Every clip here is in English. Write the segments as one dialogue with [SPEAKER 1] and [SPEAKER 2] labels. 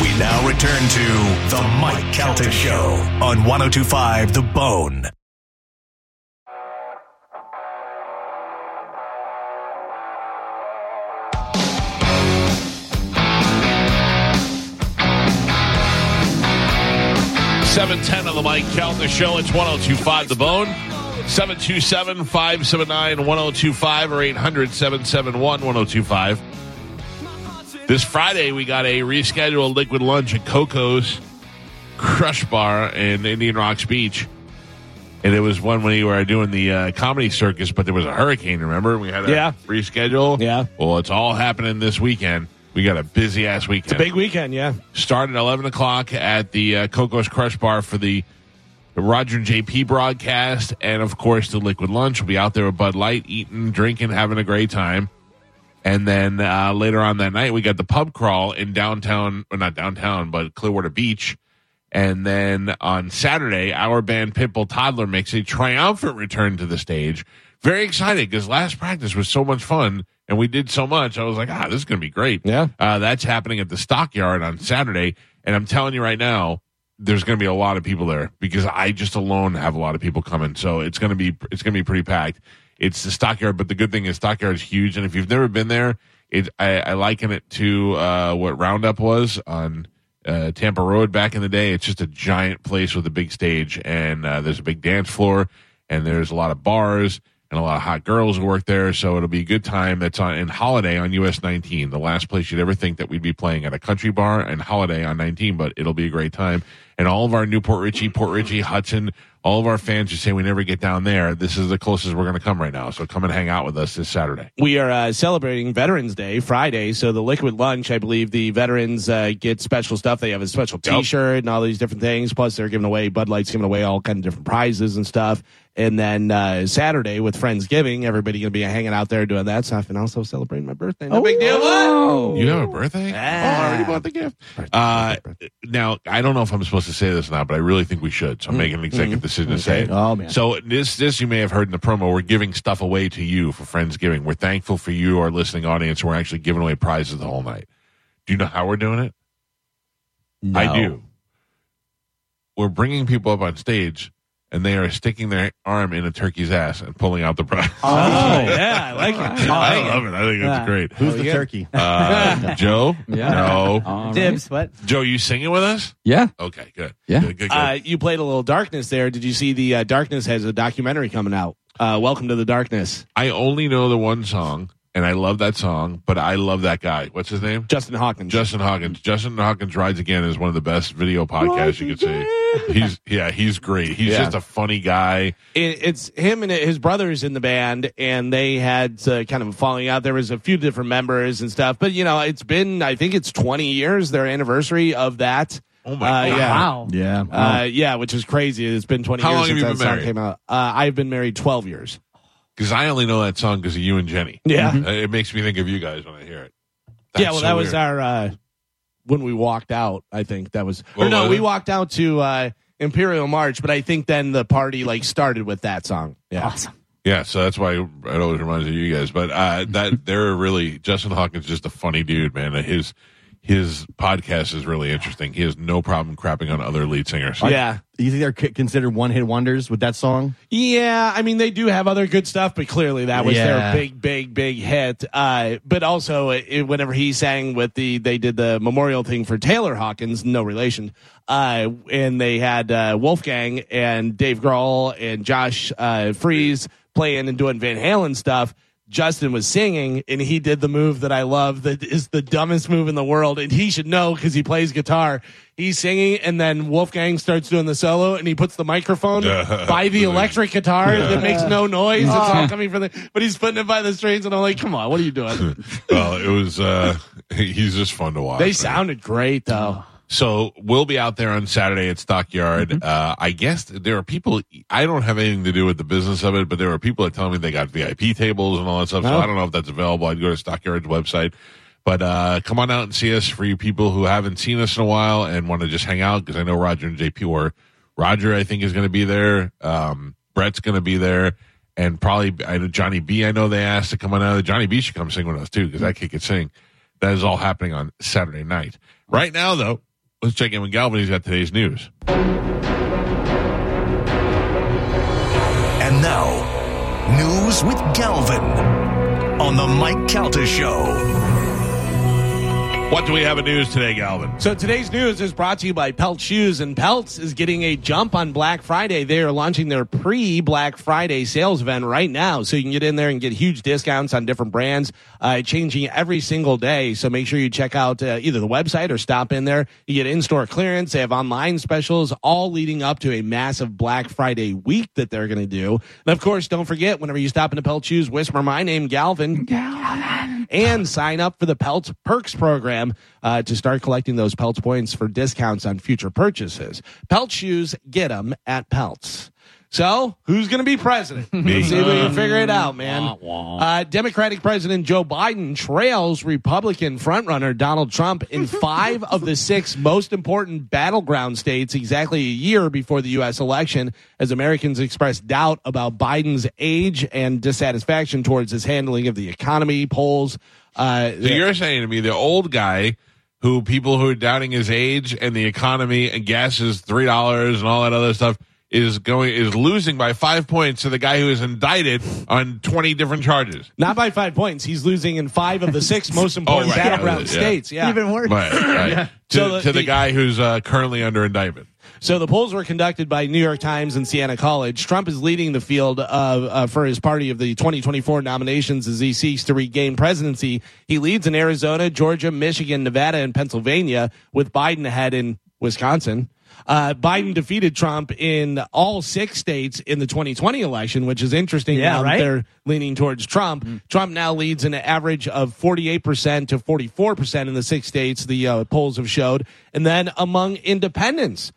[SPEAKER 1] We now return to The Mike Calta Show on 1025 The Bone.
[SPEAKER 2] Seven ten on the Mike Calta Show. It's one zero two five The Bone. 727-579-1025 or 800-771-1025. This Friday, we got a rescheduled liquid lunch at Coco's Crush Bar in Indian Rocks Beach. And it was one when we were doing the uh, comedy circus, but there was a hurricane, remember? We had to
[SPEAKER 3] Yeah.
[SPEAKER 2] reschedule.
[SPEAKER 3] Yeah.
[SPEAKER 2] Well, it's all happening this weekend. We got a busy ass weekend.
[SPEAKER 3] Big weekend, yeah.
[SPEAKER 2] Start at 11 o'clock at the uh, Coco's Crush Bar for the Roger and JP broadcast. And of course, the Liquid Lunch. We'll be out there with Bud Light, eating, drinking, having a great time. And then uh, later on that night, we got the pub crawl in downtown, or not downtown, but Clearwater Beach. And then on Saturday, our band Pitbull Toddler makes a triumphant return to the stage. Very excited because last practice was so much fun and we did so much. I was like, ah, this is going to be great.
[SPEAKER 3] Yeah.
[SPEAKER 2] Uh, that's happening at the stockyard on Saturday. And I'm telling you right now, there's going to be a lot of people there because I just alone have a lot of people coming. So it's going to be, it's going to be pretty packed. It's the stockyard, but the good thing is stockyard is huge. And if you've never been there, it, I, I liken it to, uh, what Roundup was on, uh, Tampa Road back in the day. It's just a giant place with a big stage, and uh, there's a big dance floor, and there's a lot of bars and a lot of hot girls who work there. So it'll be a good time. That's on in Holiday on US 19, the last place you'd ever think that we'd be playing at a country bar and Holiday on 19, but it'll be a great time. And all of our new Port Richey, Port Richey, Hudson, all of our fans who say we never get down there, this is the closest we're going to come right now. So come and hang out with us this Saturday.
[SPEAKER 3] We are uh, celebrating Veterans Day Friday, so the liquid lunch, I believe the veterans uh, get special stuff. They have a special
[SPEAKER 2] Yep.
[SPEAKER 3] T-shirt and all these different things. Plus, they're giving away Bud Light's giving away all kind of different prizes and stuff. And then uh, Saturday with Friendsgiving, everybody gonna be hanging out there doing that stuff, and also celebrating my birthday. No big deal.
[SPEAKER 4] Oh.
[SPEAKER 3] What?
[SPEAKER 2] You have a birthday?
[SPEAKER 3] Yeah.
[SPEAKER 2] Oh, I already bought the gift. Uh, now, I don't know if I'm supposed to say this or not, but I really think we should. So I'm making an executive decision to say it.
[SPEAKER 3] Oh, man.
[SPEAKER 2] So this, this you may have heard in the promo. We're giving stuff away to you for Friendsgiving. We're thankful for you, our listening audience. We're actually giving away prizes the whole night. Do you know how we're doing it? I do. We're bringing people up on stage, and they are sticking their arm in a turkey's ass and pulling out the prize.
[SPEAKER 3] Oh, yeah, I like it.
[SPEAKER 2] I love it. I think that's great.
[SPEAKER 5] Who's the turkey?
[SPEAKER 2] Uh, Joe?
[SPEAKER 4] Yeah.
[SPEAKER 2] No.
[SPEAKER 4] Dibs. What?
[SPEAKER 2] Joe, you singing with us?
[SPEAKER 4] Yeah.
[SPEAKER 2] Okay, good.
[SPEAKER 4] Yeah.
[SPEAKER 2] Good, good, good.
[SPEAKER 3] Uh, you played a little darkness there. Did you see the uh, darkness has a documentary coming out? Uh, Welcome to the darkness.
[SPEAKER 2] I only know the one song, and I love that song, but I love that guy. What's his name?
[SPEAKER 3] Justin Hawkins.
[SPEAKER 2] Justin Hawkins. Justin Hawkins Rides Again is one of the best video podcasts you could see. He's yeah, he's great. He's
[SPEAKER 3] Yeah.
[SPEAKER 2] just a funny guy.
[SPEAKER 3] it, it's him and his brothers in the band, and they had uh, kind of a falling out. There was a few different members and stuff, but you know, it's been I think it's 20 years their anniversary of that.
[SPEAKER 2] Oh my
[SPEAKER 3] Uh,
[SPEAKER 2] god.
[SPEAKER 3] yeah.
[SPEAKER 4] Wow.
[SPEAKER 5] Yeah.
[SPEAKER 3] Uh, yeah, which is crazy. It's been 20
[SPEAKER 2] How
[SPEAKER 3] years
[SPEAKER 2] long have
[SPEAKER 3] since
[SPEAKER 2] you
[SPEAKER 3] that
[SPEAKER 2] been
[SPEAKER 3] song
[SPEAKER 2] married?
[SPEAKER 3] came out. Uh, I've been married 12 years.
[SPEAKER 2] Because I only know that song because of you and Jenny.
[SPEAKER 3] Yeah,
[SPEAKER 2] Uh, It makes me think of you guys when I hear it.
[SPEAKER 3] yeah. Well,
[SPEAKER 2] so
[SPEAKER 3] that was
[SPEAKER 2] weird.
[SPEAKER 3] our uh, when we walked out. I think that was
[SPEAKER 2] What
[SPEAKER 3] or no,
[SPEAKER 2] was
[SPEAKER 3] we
[SPEAKER 2] it?
[SPEAKER 3] walked out to uh, Imperial March, but I think then the party like started with that song. Yeah.
[SPEAKER 4] Awesome.
[SPEAKER 2] Yeah, so that's why it always reminds me of you guys. But uh, that they're really Justin Hawkins is just a funny dude, man. His his podcast is really interesting. He has no problem crapping on other lead singers.
[SPEAKER 3] yeah.
[SPEAKER 5] you think they're c- considered one hit wonders with that song?
[SPEAKER 3] Yeah, I mean they do have other good stuff, but clearly that was
[SPEAKER 5] Yeah.
[SPEAKER 3] their big, big, big hit. Uh, but also, it, it- whenever he sang with the, they did the memorial thing for Taylor Hawkins, no relation, uh, and they had uh, Wolfgang and Dave Grohl and Josh uh, Freeze playing and doing Van Halen stuff. Justin was singing, and he did the move that I love that is the dumbest move in the world, and he should know because he plays guitar. He's singing, and then Wolfgang starts doing the solo, and he puts the microphone
[SPEAKER 2] Yeah.
[SPEAKER 3] by the electric guitar that makes no noise. It's all coming from the, but he's putting it by the strings, and I'm like, come on, what are you doing?
[SPEAKER 2] well, it was uh, he's just fun to watch.
[SPEAKER 3] they
[SPEAKER 2] man.
[SPEAKER 3] sounded great though.
[SPEAKER 2] So we'll be out there on Saturday at Stockyard. Uh, I guess there are people. I don't have anything to do with the business of it, but there are people that tell me they got VIP tables and all that stuff. So
[SPEAKER 3] Oh.
[SPEAKER 2] I don't know if that's available. I'd go to Stockyard's website. But uh, come on out and see us for you people who haven't seen us in a while and want to just hang out because I know Roger and JP were. Roger, I think, is going to be there. Um, Brett's going to be there. And probably I know Johnny B. I know they asked to come on out. Johnny B should come sing with us too because that kid could sing. That is all happening on Saturday night. Right now, though, Let's check in with Galvin. He's got today's news.
[SPEAKER 1] And now, news with Galvin on the Mike Calta Show.
[SPEAKER 2] What do we have in news today, Galvin?
[SPEAKER 3] So today's news is brought to you by Pelt Shoes, and Pelts is getting a jump on Black Friday. They are launching their pre Black Friday sales event right now, so you can get in there and get huge discounts on different brands, uh, changing every single day. So make sure you check out uh, either the website or stop in there. You get in store clearance, they have online specials, all leading up to a massive Black Friday week that they're going to do. And of course, don't forget whenever you stop into Pelt Shoes, whisper my name, Galvin and sign up for the Pelts Perks program uh, to start collecting those Pelts points for discounts on future purchases. Pelt shoes, get them at Pelts. So, who's going to be president? Let's see if we can figure it out, man.
[SPEAKER 2] Oh.
[SPEAKER 3] Uh, Democratic President Joe Biden trails Republican frontrunner Donald Trump in five of the six most important battleground states exactly a year before the U.S. election as Americans express doubt about Biden's age and dissatisfaction towards his handling of the economy, polls. Uh,
[SPEAKER 2] So you're saying to me the old guy who people who are doubting his age and the economy and gas is three dollars and all that other stuff is going is losing by five points to the guy who is indicted on twenty different charges.
[SPEAKER 3] Not by five points. He's losing in five of the six most important
[SPEAKER 2] Oh, right.
[SPEAKER 3] battleground
[SPEAKER 2] Yeah.
[SPEAKER 3] states. Yeah.
[SPEAKER 4] Even worse.
[SPEAKER 2] Right, right. To,
[SPEAKER 3] So the-
[SPEAKER 2] to the,
[SPEAKER 3] the-
[SPEAKER 2] guy who's uh, currently under indictment.
[SPEAKER 3] So the polls were conducted by New York Times and Siena College. Trump is leading the field of, uh, for his party of the 2024 nominations as he seeks to regain presidency. He leads in Arizona, Georgia, Michigan, Nevada, and Pennsylvania, with Biden ahead in Wisconsin. Uh, Biden defeated Trump in all six states in the 2020 election, which is interesting. um,
[SPEAKER 4] Yeah,
[SPEAKER 3] now that
[SPEAKER 4] right?
[SPEAKER 3] They're leaning towards Trump.
[SPEAKER 4] Mm.
[SPEAKER 3] Trump now leads an average of 48% to 44% in the six states the uh, polls have showed. And then among independents,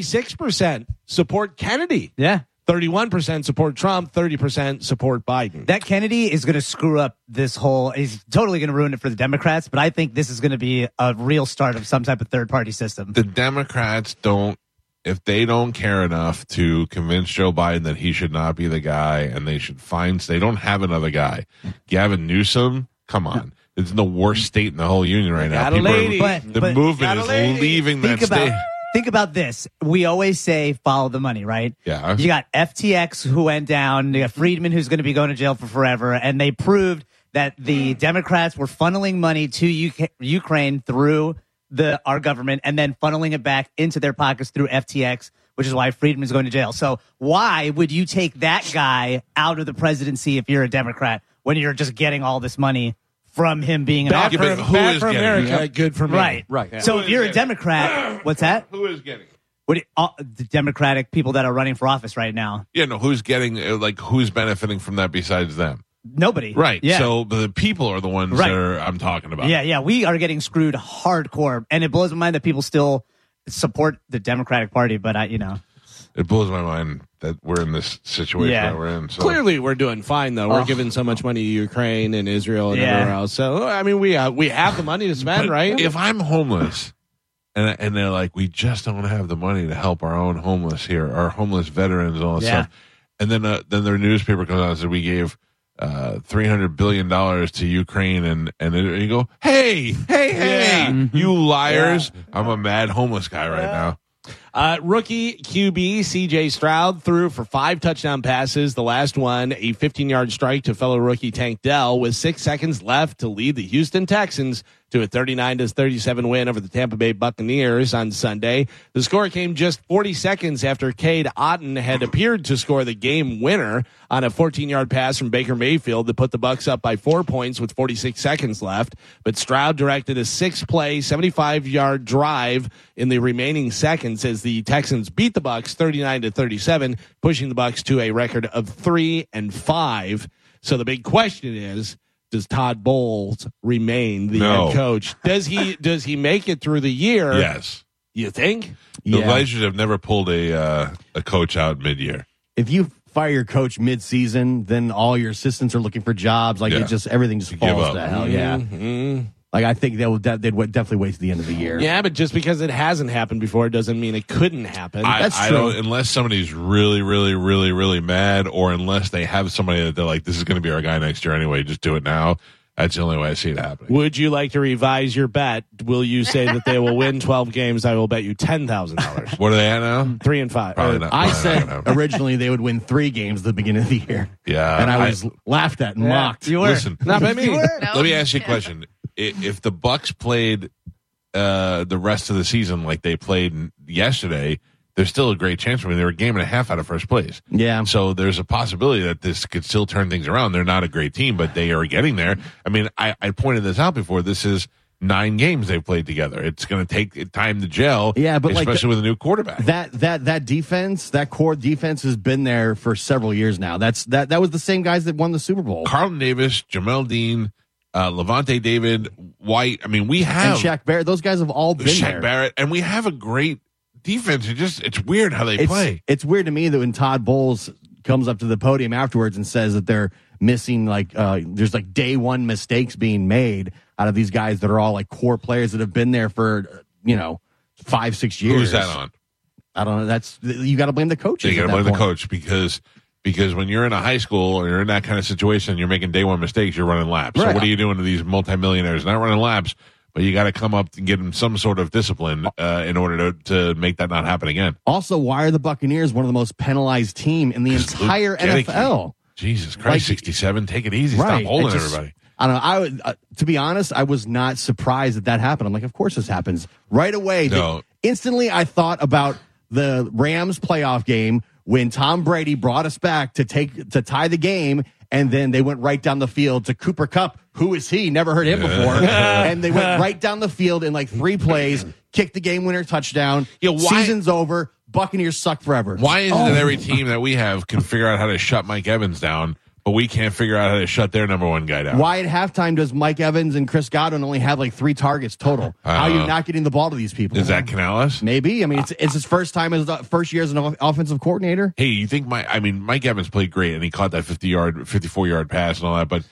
[SPEAKER 3] 36% support Kennedy.
[SPEAKER 4] Yeah.
[SPEAKER 3] 31% support Trump, 30% support Biden.
[SPEAKER 4] That Kennedy is going to screw up this whole. He's totally going to ruin it for the Democrats. But I think this is going to be a real start of some type of third party system.
[SPEAKER 2] The Democrats don't if they don't care enough to convince Joe Biden that he should not be the guy and they should find they don't have another guy. Gavin Newsom, come on. It's in the worst state in the whole union right now.
[SPEAKER 3] Got a
[SPEAKER 2] People are-
[SPEAKER 3] lady.
[SPEAKER 4] But-
[SPEAKER 2] the
[SPEAKER 4] but-
[SPEAKER 2] movement
[SPEAKER 3] Got a
[SPEAKER 2] is
[SPEAKER 3] lady.
[SPEAKER 2] leaving that
[SPEAKER 4] think about
[SPEAKER 2] state.
[SPEAKER 4] think about this. We always say follow the money, right?
[SPEAKER 2] Yeah.
[SPEAKER 4] You got FTX who went down. You got Friedman who's going to be going to jail for forever, and they proved that the Democrats were funneling money to UK, Ukraine through the our government, and then funneling it back into their pockets through FTX. Which is why Friedman's going to jail. So why would you take that guy out of the presidency if you're a Democrat when you're just getting all this money from him being an
[SPEAKER 3] Bad
[SPEAKER 2] Yeah,
[SPEAKER 3] for,
[SPEAKER 4] officer?
[SPEAKER 2] but who
[SPEAKER 3] bad
[SPEAKER 2] is
[SPEAKER 3] for
[SPEAKER 2] getting
[SPEAKER 3] America,
[SPEAKER 2] it?
[SPEAKER 3] good for me.
[SPEAKER 4] Right,
[SPEAKER 6] Right.
[SPEAKER 4] So if you're a Democrat, what's that?
[SPEAKER 2] Who is getting it?
[SPEAKER 4] What do- all, the Democratic people that are running for office right now?
[SPEAKER 2] Yeah, no, who's getting uh, like who's benefiting from that besides them?
[SPEAKER 4] Nobody.
[SPEAKER 2] Right.
[SPEAKER 4] Yeah.
[SPEAKER 2] So uh, the people are the ones
[SPEAKER 4] Right.
[SPEAKER 2] that are, I'm talking about.
[SPEAKER 4] yeah, yeah. We are getting screwed hardcore, and it blows my mind that people still support the Democratic Party. But I, you know,
[SPEAKER 2] It blows my mind that we're in this situation
[SPEAKER 4] Yeah.
[SPEAKER 2] that we're in. So
[SPEAKER 3] Clearly, we're doing fine though. We're
[SPEAKER 4] Oh.
[SPEAKER 3] giving so much money to Ukraine and Israel and
[SPEAKER 4] Yeah.
[SPEAKER 3] everywhere else. So I mean, we uh, we have the money to spend,
[SPEAKER 2] But
[SPEAKER 3] right?
[SPEAKER 2] If I'm homeless and and they're like, we just don't have the money to help our own homeless here, our homeless veterans and all that
[SPEAKER 4] Yeah.
[SPEAKER 2] stuff. And then uh, then their newspaper comes out and says we gave uh, three hundred billion dollars to Ukraine and and then you go, hey, hey, hey, Mm-hmm. you liars! I'm a mad homeless guy right now.
[SPEAKER 3] Uh, rookie QB CJ Stroud threw for five touchdown passes. The last one, a 15 yard strike to fellow rookie Tank Dell, with six seconds left to lead the Houston Texans to a 39 37 win over the Tampa Bay Buccaneers on Sunday. The score came just 40 seconds after Cade Otten had appeared to score the game winner on a 14 yard pass from Baker Mayfield that put the Bucks up by four points with 46 seconds left. But Stroud directed a six play, 75 yard drive in the remaining seconds as the Texans beat the Bucks 39 to 37, pushing the Bucks to a record of three and five. So the big question is. Does Todd Bowles remain the
[SPEAKER 2] No.
[SPEAKER 3] head coach? Does he does he make it through the year?
[SPEAKER 2] Yes,
[SPEAKER 3] You think?
[SPEAKER 2] the
[SPEAKER 5] Yeah.
[SPEAKER 2] Blazers have never pulled a uh, a coach out mid year.
[SPEAKER 5] If you fire your coach mid-season, then all your assistants are looking for jobs. Like
[SPEAKER 2] Yeah.
[SPEAKER 5] it just everything just
[SPEAKER 2] You give
[SPEAKER 5] falls
[SPEAKER 2] up. Mm-hmm.
[SPEAKER 5] to hell. Yeah.
[SPEAKER 3] Mhm.
[SPEAKER 5] Like I think they will. De- they'd wa- definitely wait to the end of the year.
[SPEAKER 3] Yeah, but just because it hasn't happened before doesn't mean it couldn't happen.
[SPEAKER 2] I,
[SPEAKER 5] That's
[SPEAKER 2] I
[SPEAKER 5] true.
[SPEAKER 2] don't, unless somebody's really, really, really, really mad, or unless they have somebody that they're like, "This is going to be our guy next year anyway. Just do it now." That's the only way I see it happening.
[SPEAKER 3] Would you like to revise your bet? Will you say that they will win 12 games? I will bet you $10,000.
[SPEAKER 2] What are they at now?
[SPEAKER 3] Three and five. Uh,
[SPEAKER 2] Probably
[SPEAKER 3] Or-
[SPEAKER 2] not.
[SPEAKER 5] I
[SPEAKER 2] Probably
[SPEAKER 5] said
[SPEAKER 2] not gonna-
[SPEAKER 5] originally they would win three games at the beginning of the year.
[SPEAKER 2] Yeah,
[SPEAKER 5] and I
[SPEAKER 2] I-
[SPEAKER 5] was laughed at and
[SPEAKER 4] Yeah,
[SPEAKER 5] mocked.
[SPEAKER 4] You were.
[SPEAKER 2] Listen,
[SPEAKER 3] Not by me.
[SPEAKER 6] No.
[SPEAKER 2] let me ask you a
[SPEAKER 6] Yeah.
[SPEAKER 2] question. I- If the Bucks played uh, the rest of the season like they played yesterday, there's still a great chance. I mean, they were a game and a half out of first place.
[SPEAKER 5] Yeah.
[SPEAKER 2] So there's a possibility that this could still turn things around. They're not a great team, but they are getting there. I mean, I, I pointed this out before. This is nine games they've played together. It's going to take time to gel.
[SPEAKER 5] Yeah, but, like,
[SPEAKER 2] especially with a new quarterback.
[SPEAKER 5] That that that defense, that core defense, has been there for several years now. That's that that was the same guys that won the Super Bowl
[SPEAKER 2] Carlton Davis, Jamel Dean, uh, Levante David, White. I mean, we
[SPEAKER 5] and
[SPEAKER 2] have
[SPEAKER 5] Shaq Barrett. Those guys have all been
[SPEAKER 2] Shaq
[SPEAKER 5] there.
[SPEAKER 2] Barrett, and we have a great defense. It just it's weird how they
[SPEAKER 5] it's,
[SPEAKER 2] play.
[SPEAKER 5] It's weird to me that when Todd Bowles comes up to the podium afterwards and says that they're missing like uh, there's like day one mistakes being made out of these guys that are all like core players that have been there for uh, you know five six years.
[SPEAKER 2] Who's that on?
[SPEAKER 5] I don't know. That's you got to blame the coaches.
[SPEAKER 2] You got to
[SPEAKER 5] at that
[SPEAKER 2] blame the
[SPEAKER 5] point.
[SPEAKER 2] coach because because when you're in a high school or you're in that kind of situation, you're making day one mistakes. You're running laps. So
[SPEAKER 5] Right.
[SPEAKER 2] what are you doing to these multimillionaires? Not running laps, but you got to come up and get them some sort of discipline uh, in order to to make that not happen again.
[SPEAKER 5] Also, why are the Buccaneers one of the most penalized team in the
[SPEAKER 2] Just
[SPEAKER 5] entire
[SPEAKER 2] Luke Gedeke.
[SPEAKER 5] NFL?
[SPEAKER 2] Jesus Christ,
[SPEAKER 5] Like-
[SPEAKER 2] sixty-seven. Take it easy. Stop
[SPEAKER 5] Right.
[SPEAKER 2] holding
[SPEAKER 5] It just-
[SPEAKER 2] everybody.
[SPEAKER 5] I don't know. I would, uh, to be honest, I was not surprised that that happened. I'm like, of course this happens right away. the-
[SPEAKER 2] No.
[SPEAKER 5] instantly, I thought about the Rams playoff game when Tom Brady brought us back to take to tie the game, and then they went right down the field to Cooper Cup. Who is he? Never heard him before. and they went right down the field in like three plays, kicked the game winner touchdown.
[SPEAKER 2] Yeah, why-
[SPEAKER 5] Season's over. Buccaneers suck forever.
[SPEAKER 2] Why is it that every
[SPEAKER 5] Oh.
[SPEAKER 2] team that we have can figure out how to shut Mike Evans down, but we can't figure out how to shut their number one guy down?
[SPEAKER 5] Why at halftime does Mike Evans and Chris Godwin only have like three targets total? How are you
[SPEAKER 2] Uh,
[SPEAKER 5] not getting the ball to these people?
[SPEAKER 2] Is that Canales?
[SPEAKER 5] maybe? I mean, it's it's his first time as first year as an off- offensive coordinator.
[SPEAKER 2] hey, you think my? I mean, Mike Evans played great, and he caught that fifty yard, fifty four yard pass and all that. But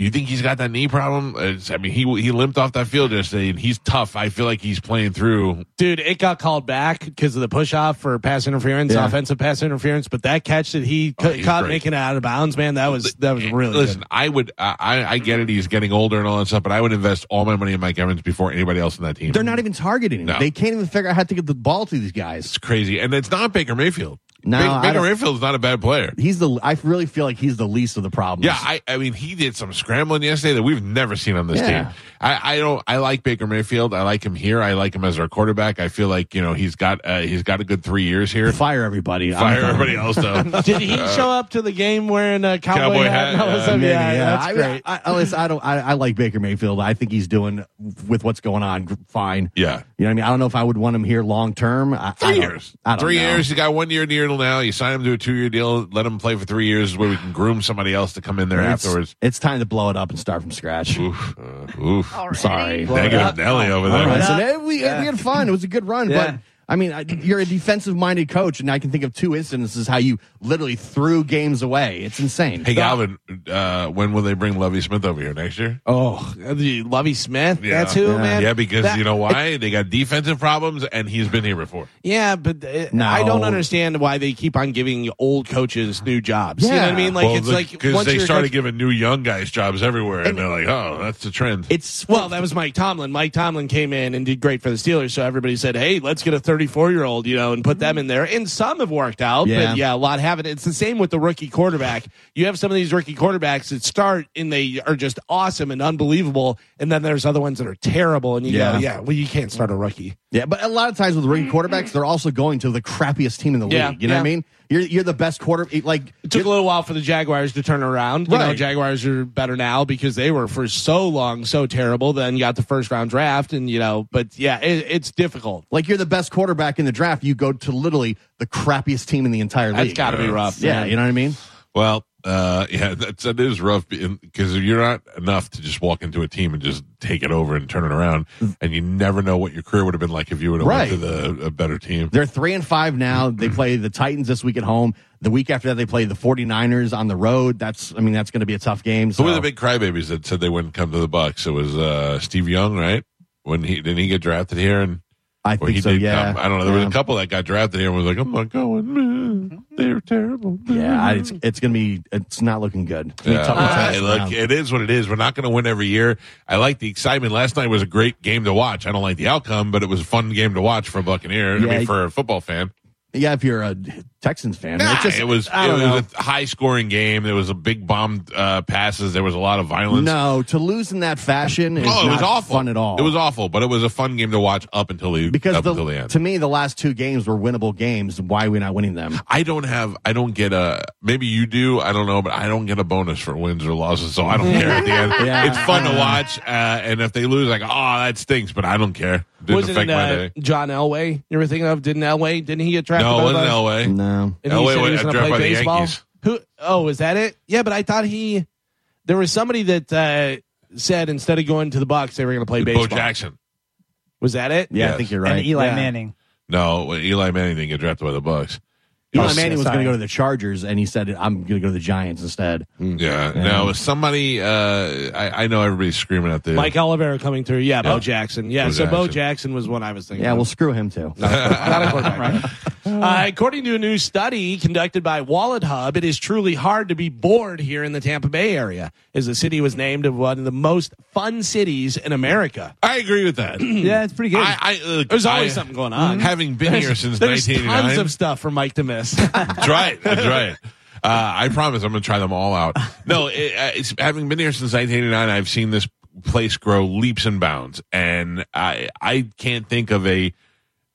[SPEAKER 2] you think he's got that knee problem? It's- I mean, he he limped off that field yesterday, and he's tough. I feel like he's playing through.
[SPEAKER 3] Dude, it got called back because of the push off for pass interference,
[SPEAKER 5] Yeah.
[SPEAKER 3] offensive pass interference. But that catch that he
[SPEAKER 2] Oh,
[SPEAKER 3] ca-
[SPEAKER 2] he's
[SPEAKER 3] caught
[SPEAKER 2] great.
[SPEAKER 3] making it out of bounds, man, that was that was really
[SPEAKER 2] Listen,
[SPEAKER 3] good.
[SPEAKER 2] I would, I, I- I get it. He's getting older and all that stuff, but I would invest all my money in Mike Evans before anybody else in that team.
[SPEAKER 5] They're not even targeting him.
[SPEAKER 2] No.
[SPEAKER 5] They can't even figure out how to get the ball to these guys.
[SPEAKER 2] It's crazy, and it's not Baker Mayfield.
[SPEAKER 5] No,
[SPEAKER 2] Baker,
[SPEAKER 5] I
[SPEAKER 2] Baker
[SPEAKER 5] don't-
[SPEAKER 2] Mayfield's not a bad player.
[SPEAKER 5] He's the. I really feel like he's the least of the problems.
[SPEAKER 2] Yeah, I, I mean, he did some scrambling yesterday that we've never seen on this
[SPEAKER 5] Yeah.
[SPEAKER 2] team. I, I don't. I like Baker Mayfield. I like him here. I like him as our quarterback. I feel like you know he's got uh, he's got a good three years here.
[SPEAKER 5] fire everybody. I'm
[SPEAKER 2] Fire
[SPEAKER 5] fine.
[SPEAKER 2] everybody else though.
[SPEAKER 3] Did he show up to the game wearing a cowboy,
[SPEAKER 2] Uh, Cowboy
[SPEAKER 3] hat? and
[SPEAKER 2] hat,
[SPEAKER 3] all this
[SPEAKER 2] yeah.
[SPEAKER 3] stuff?
[SPEAKER 5] Maybe,
[SPEAKER 3] yeah, that's
[SPEAKER 5] I,
[SPEAKER 3] great.
[SPEAKER 5] I, I, listen, I don't. I, I like Baker Mayfield. I think he's doing with what's going on gr- fine.
[SPEAKER 2] Yeah.
[SPEAKER 5] You know what I mean? I don't know if I would want him here long term. I, I
[SPEAKER 2] Three
[SPEAKER 5] don't-
[SPEAKER 2] years.
[SPEAKER 5] I don't
[SPEAKER 2] three
[SPEAKER 5] know.
[SPEAKER 2] years. You got one year deal now. You sign him to a two year deal. Let him play for three years where we can groom somebody else to come in there
[SPEAKER 5] It's-
[SPEAKER 2] afterwards.
[SPEAKER 5] It's time to blow it up and start from scratch.
[SPEAKER 2] Oof. Uh, oof.
[SPEAKER 6] Already?
[SPEAKER 5] Sorry.
[SPEAKER 6] Well,
[SPEAKER 2] Negative Nelly over there.
[SPEAKER 5] All right,
[SPEAKER 4] Yeah.
[SPEAKER 5] so hey, we, we had fun. It was a good run,
[SPEAKER 4] Yeah.
[SPEAKER 5] but I mean, I, you're a defensive minded coach, and I can think of two instances how you literally threw games away. It's insane.
[SPEAKER 2] Hey Galvin, uh, when will they bring Lovey Smith over here next year?
[SPEAKER 3] Oh, the Lovey Smith.
[SPEAKER 2] Yeah.
[SPEAKER 3] That's who,
[SPEAKER 5] Yeah.
[SPEAKER 3] man.
[SPEAKER 2] Yeah, because
[SPEAKER 3] That-
[SPEAKER 2] you know why? They got defensive problems, and he's been here before.
[SPEAKER 3] Yeah, but uh,
[SPEAKER 5] No.
[SPEAKER 3] I don't understand why they keep on giving old coaches new jobs. You know what I
[SPEAKER 5] Yeah.
[SPEAKER 3] mean? Like
[SPEAKER 2] well,
[SPEAKER 3] it's like
[SPEAKER 2] because
[SPEAKER 3] once
[SPEAKER 2] they
[SPEAKER 3] you're a
[SPEAKER 2] started
[SPEAKER 3] coach-
[SPEAKER 2] giving new young guys jobs everywhere, and, they're like, oh, that's the trend.
[SPEAKER 5] It's
[SPEAKER 3] well, that was Mike Tomlin. Mike Tomlin came in and did great for the Steelers, so everybody said, "Hey, let's get a 34-year-old, you know, and put them in there." And some have worked out,
[SPEAKER 5] Yeah.
[SPEAKER 3] but yeah, a lot haven't. It's the same with the rookie quarterback. You have some of these rookie quarterbacks that start and they are just awesome and unbelievable, and then there's other ones that are terrible, and you
[SPEAKER 5] Yeah.
[SPEAKER 3] go, "Yeah, well, you can't start a rookie."
[SPEAKER 5] yeah, but a lot of times with rookie quarterbacks, they're also going to the crappiest team in the
[SPEAKER 3] Yeah,
[SPEAKER 5] league. You know what I
[SPEAKER 3] yeah.
[SPEAKER 5] mean? You're you're the best quarter. Like
[SPEAKER 3] It took a little while for the Jaguars to turn around. You know,
[SPEAKER 5] Right.
[SPEAKER 3] Jaguars are better now because they were for so long so terrible. Then got the first round draft, and you know, but yeah, it, it's difficult.
[SPEAKER 5] like you're the best quarterback in the draft. You go to literally the crappiest team in the entire
[SPEAKER 3] That's
[SPEAKER 5] league.
[SPEAKER 3] got to be rough.
[SPEAKER 5] yeah,
[SPEAKER 3] man.
[SPEAKER 5] you know what I mean?
[SPEAKER 2] well, uh, yeah, that's that is rough because you're not enough to just walk into a team and just take it over and turn it around, and you never know what your career would have been like if you would have
[SPEAKER 5] Mm. Right.
[SPEAKER 2] went to the a better team.
[SPEAKER 5] They're three and five now. They play the Titans this week at home. The week after that, they play the 49ers on the road. That's, I mean, that's going to be a tough game. So.
[SPEAKER 2] Who were the big crybabies that said they wouldn't come to the Bucks? It was uh, Steve Young, right? When he didn't he get drafted here and
[SPEAKER 5] I
[SPEAKER 2] Or he
[SPEAKER 5] think so.
[SPEAKER 2] did
[SPEAKER 5] Yeah,
[SPEAKER 2] come. I don't know. There was
[SPEAKER 5] Yeah. Mm-hmm.
[SPEAKER 2] a couple that got drafted here and was like, I'm not going. They're terrible.
[SPEAKER 5] Yeah, I, it's it's gonna be. It's not looking good. It's gonna be
[SPEAKER 2] Yeah.
[SPEAKER 5] tough to turn
[SPEAKER 2] Uh, Hey,
[SPEAKER 5] this
[SPEAKER 2] look,
[SPEAKER 5] around.
[SPEAKER 2] it is what it is. We're not going to win every year. I like the excitement. Last night was a great game to watch. I don't like the outcome, but it was a fun game to watch for a Buccaneer. I
[SPEAKER 5] Yeah.
[SPEAKER 2] mean, for a football fan,
[SPEAKER 5] yeah, if you're a Texans fan,
[SPEAKER 2] Nah,
[SPEAKER 5] it's just
[SPEAKER 2] it was
[SPEAKER 5] I
[SPEAKER 2] it
[SPEAKER 5] don't know.
[SPEAKER 2] was a high scoring game. There was a big bomb uh, passes. There was a lot of violence.
[SPEAKER 5] no to lose in that fashion. Is
[SPEAKER 2] oh, it was
[SPEAKER 5] not
[SPEAKER 2] awful.
[SPEAKER 5] Fun at all?
[SPEAKER 2] It was awful, but it was a fun game to watch up until the
[SPEAKER 5] because
[SPEAKER 2] up
[SPEAKER 5] the,
[SPEAKER 2] until the end.
[SPEAKER 5] to me the last two games were winnable games. Why are we not winning them?
[SPEAKER 2] I don't have. I don't get a. Maybe you do. I don't know, but I don't get a bonus for wins or losses, so I don't care at the end.
[SPEAKER 5] Yeah.
[SPEAKER 2] It's fun to watch, uh, and if they lose, like, oh, that stinks, but I don't care. Didn't
[SPEAKER 3] was it
[SPEAKER 2] affect
[SPEAKER 3] in,
[SPEAKER 2] my
[SPEAKER 3] uh,
[SPEAKER 2] day.
[SPEAKER 3] John Elway? You were thinking of? Didn't Elway? Didn't he get drafted?
[SPEAKER 2] No,
[SPEAKER 3] by
[SPEAKER 2] it
[SPEAKER 3] the
[SPEAKER 2] wasn't
[SPEAKER 3] Bucs?
[SPEAKER 2] Elway.
[SPEAKER 5] No,
[SPEAKER 3] And he
[SPEAKER 2] Elway
[SPEAKER 3] said he
[SPEAKER 2] went-
[SPEAKER 3] was going to
[SPEAKER 2] drafted
[SPEAKER 3] play
[SPEAKER 2] by the
[SPEAKER 3] baseball.
[SPEAKER 2] Yankees.
[SPEAKER 3] Who? Oh, is that it? Yeah, but I thought he. There was somebody that uh, said instead of going to the Bucks, they were going to play
[SPEAKER 2] Bo
[SPEAKER 3] baseball.
[SPEAKER 2] Jackson.
[SPEAKER 3] Was that it?
[SPEAKER 5] yeah,
[SPEAKER 2] Yes.
[SPEAKER 5] I think you're right.
[SPEAKER 4] and Eli
[SPEAKER 3] Yeah.
[SPEAKER 4] Manning.
[SPEAKER 2] No, when Eli Manning didn't get drafted by the Bucks.
[SPEAKER 5] Eli Manning was
[SPEAKER 4] sorry.
[SPEAKER 5] going to go to the Chargers, and he said, "I'm going to go to the Giants instead."
[SPEAKER 2] Yeah. No, somebody. Uh, I, I know everybody's screaming at the
[SPEAKER 3] Mike Oliveira coming through. Yeah, Bo
[SPEAKER 2] Yeah.
[SPEAKER 3] Jackson. Yeah,
[SPEAKER 2] Bo
[SPEAKER 3] so Bo
[SPEAKER 2] Jackson.
[SPEAKER 3] Jackson was one I was thinking.
[SPEAKER 5] Yeah, well,
[SPEAKER 3] of.
[SPEAKER 5] screw him too.
[SPEAKER 3] not a quarterback. Uh, according to a new study conducted by Wallet Hub, it is truly hard to be bored here in the Tampa Bay area, as the city was named of one of the most fun cities in America.
[SPEAKER 2] I agree with that.
[SPEAKER 4] Yeah, it's pretty good.
[SPEAKER 2] I, I look,
[SPEAKER 3] There's always
[SPEAKER 2] I-
[SPEAKER 3] something going on.
[SPEAKER 2] Having been here since
[SPEAKER 3] There's
[SPEAKER 2] 1989,
[SPEAKER 3] tons of stuff for Mike to miss.
[SPEAKER 2] That's right. That's right. Uh, I promise I'm going to try them all out. No, it, uh, it's, having been here since 1989, I've seen this place grow leaps and bounds, and I I can't think of a,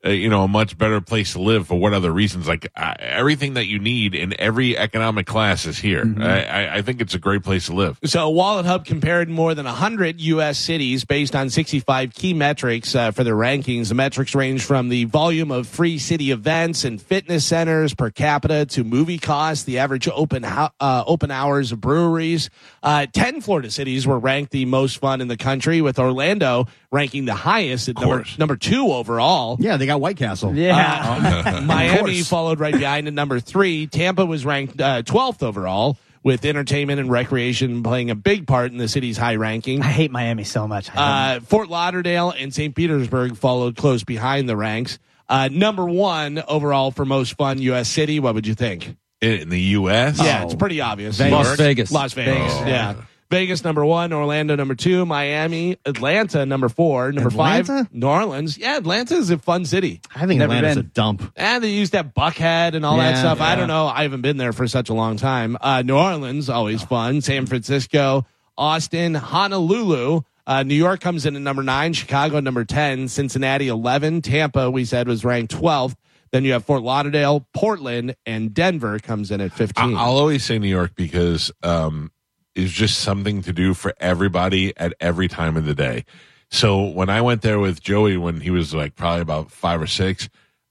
[SPEAKER 2] a you know a much better place to live for what other reasons. Like uh, everything that you need in every economic class is here. I, I, I think it's a great place to live.
[SPEAKER 3] So, Wallet Hub compared more than 100 U.S. cities based on 65 key metrics uh, for their rankings. The metrics range from the volume of free city events and fitness centers per capita to movie costs, the average open ho- uh, open hours of breweries. Uh, 10 Florida cities were ranked the most fun in the country, with Orlando ranking the highest at number,
[SPEAKER 2] course.
[SPEAKER 3] number two overall.
[SPEAKER 5] Yeah, they got White Castle.
[SPEAKER 4] yeah.
[SPEAKER 3] Uh, Miami
[SPEAKER 5] course.
[SPEAKER 3] followed right behind at number three. Tampa was ranked uh, 12th overall, with entertainment and recreation playing a big part in the city's high ranking.
[SPEAKER 4] I hate Miami so much. I don't-
[SPEAKER 3] Uh, Fort Lauderdale and St. Petersburg followed close behind the ranks. Uh, number one overall for most fun U.S. city. What would you think?
[SPEAKER 2] In, in the U.S.,
[SPEAKER 3] Yeah, it's pretty obvious.
[SPEAKER 6] Las Vegas.
[SPEAKER 3] Las Vegas.
[SPEAKER 2] Vegas.
[SPEAKER 3] Yeah. Vegas number one, Orlando number two, Miami, Atlanta number four, number
[SPEAKER 5] Atlanta?
[SPEAKER 3] five, New Orleans. Yeah, Atlanta is a fun city.
[SPEAKER 5] I think
[SPEAKER 4] Never
[SPEAKER 5] Atlanta's
[SPEAKER 4] been.
[SPEAKER 5] a dump.
[SPEAKER 3] And they used that Buckhead and all that
[SPEAKER 5] Yeah,
[SPEAKER 3] stuff. I
[SPEAKER 5] yeah.
[SPEAKER 3] don't know. I haven't been there for such a long time. Uh, New Orleans, always
[SPEAKER 5] Oh.
[SPEAKER 3] fun. San Francisco, Austin, Honolulu. Uh, New York comes in at number nine, Chicago at number 10, Cincinnati 11, Tampa, we said, was ranked 12th. Then you have Fort Lauderdale, Portland, and Denver comes in at 15.
[SPEAKER 2] I, I'll always say New York because um, it's just something to do for everybody at every time of the day. So when I went there with Joey when he was like probably about five or six,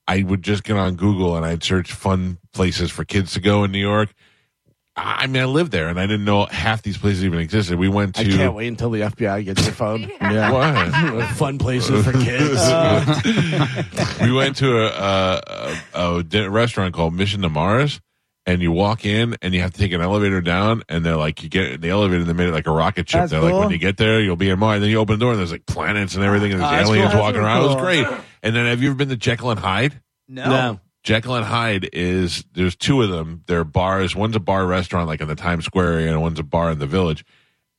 [SPEAKER 2] I would just get on Google and I'd search fun places for kids to go in New York. I I mean, I lived there and I didn't know half these places even existed. We went to.
[SPEAKER 3] I can't wait until the FBI gets your phone.
[SPEAKER 2] What?
[SPEAKER 3] fun places for kids.
[SPEAKER 2] we went to a, a, a, di restaurant called Mission to Mars, and you walk in and you have to take an elevator down, and they're like, you get the elevator, and they made it like a rocket ship.
[SPEAKER 4] That's
[SPEAKER 2] they're like, when
[SPEAKER 4] cool.
[SPEAKER 2] you get there, you'll be in Mars. And then you open the door, and there's like planets and everything, and
[SPEAKER 3] Oh,
[SPEAKER 2] there's
[SPEAKER 3] that's
[SPEAKER 2] aliens
[SPEAKER 4] cool.
[SPEAKER 2] walking
[SPEAKER 4] That's
[SPEAKER 2] around. It was
[SPEAKER 4] really
[SPEAKER 2] great. And then, have you ever been to Jekyll and Hyde?
[SPEAKER 4] no.
[SPEAKER 3] no.
[SPEAKER 2] Jekyll and Hyde is there's two of them. They're bars. One's a bar restaurant like in the Times Square area, and one's a bar in the Village.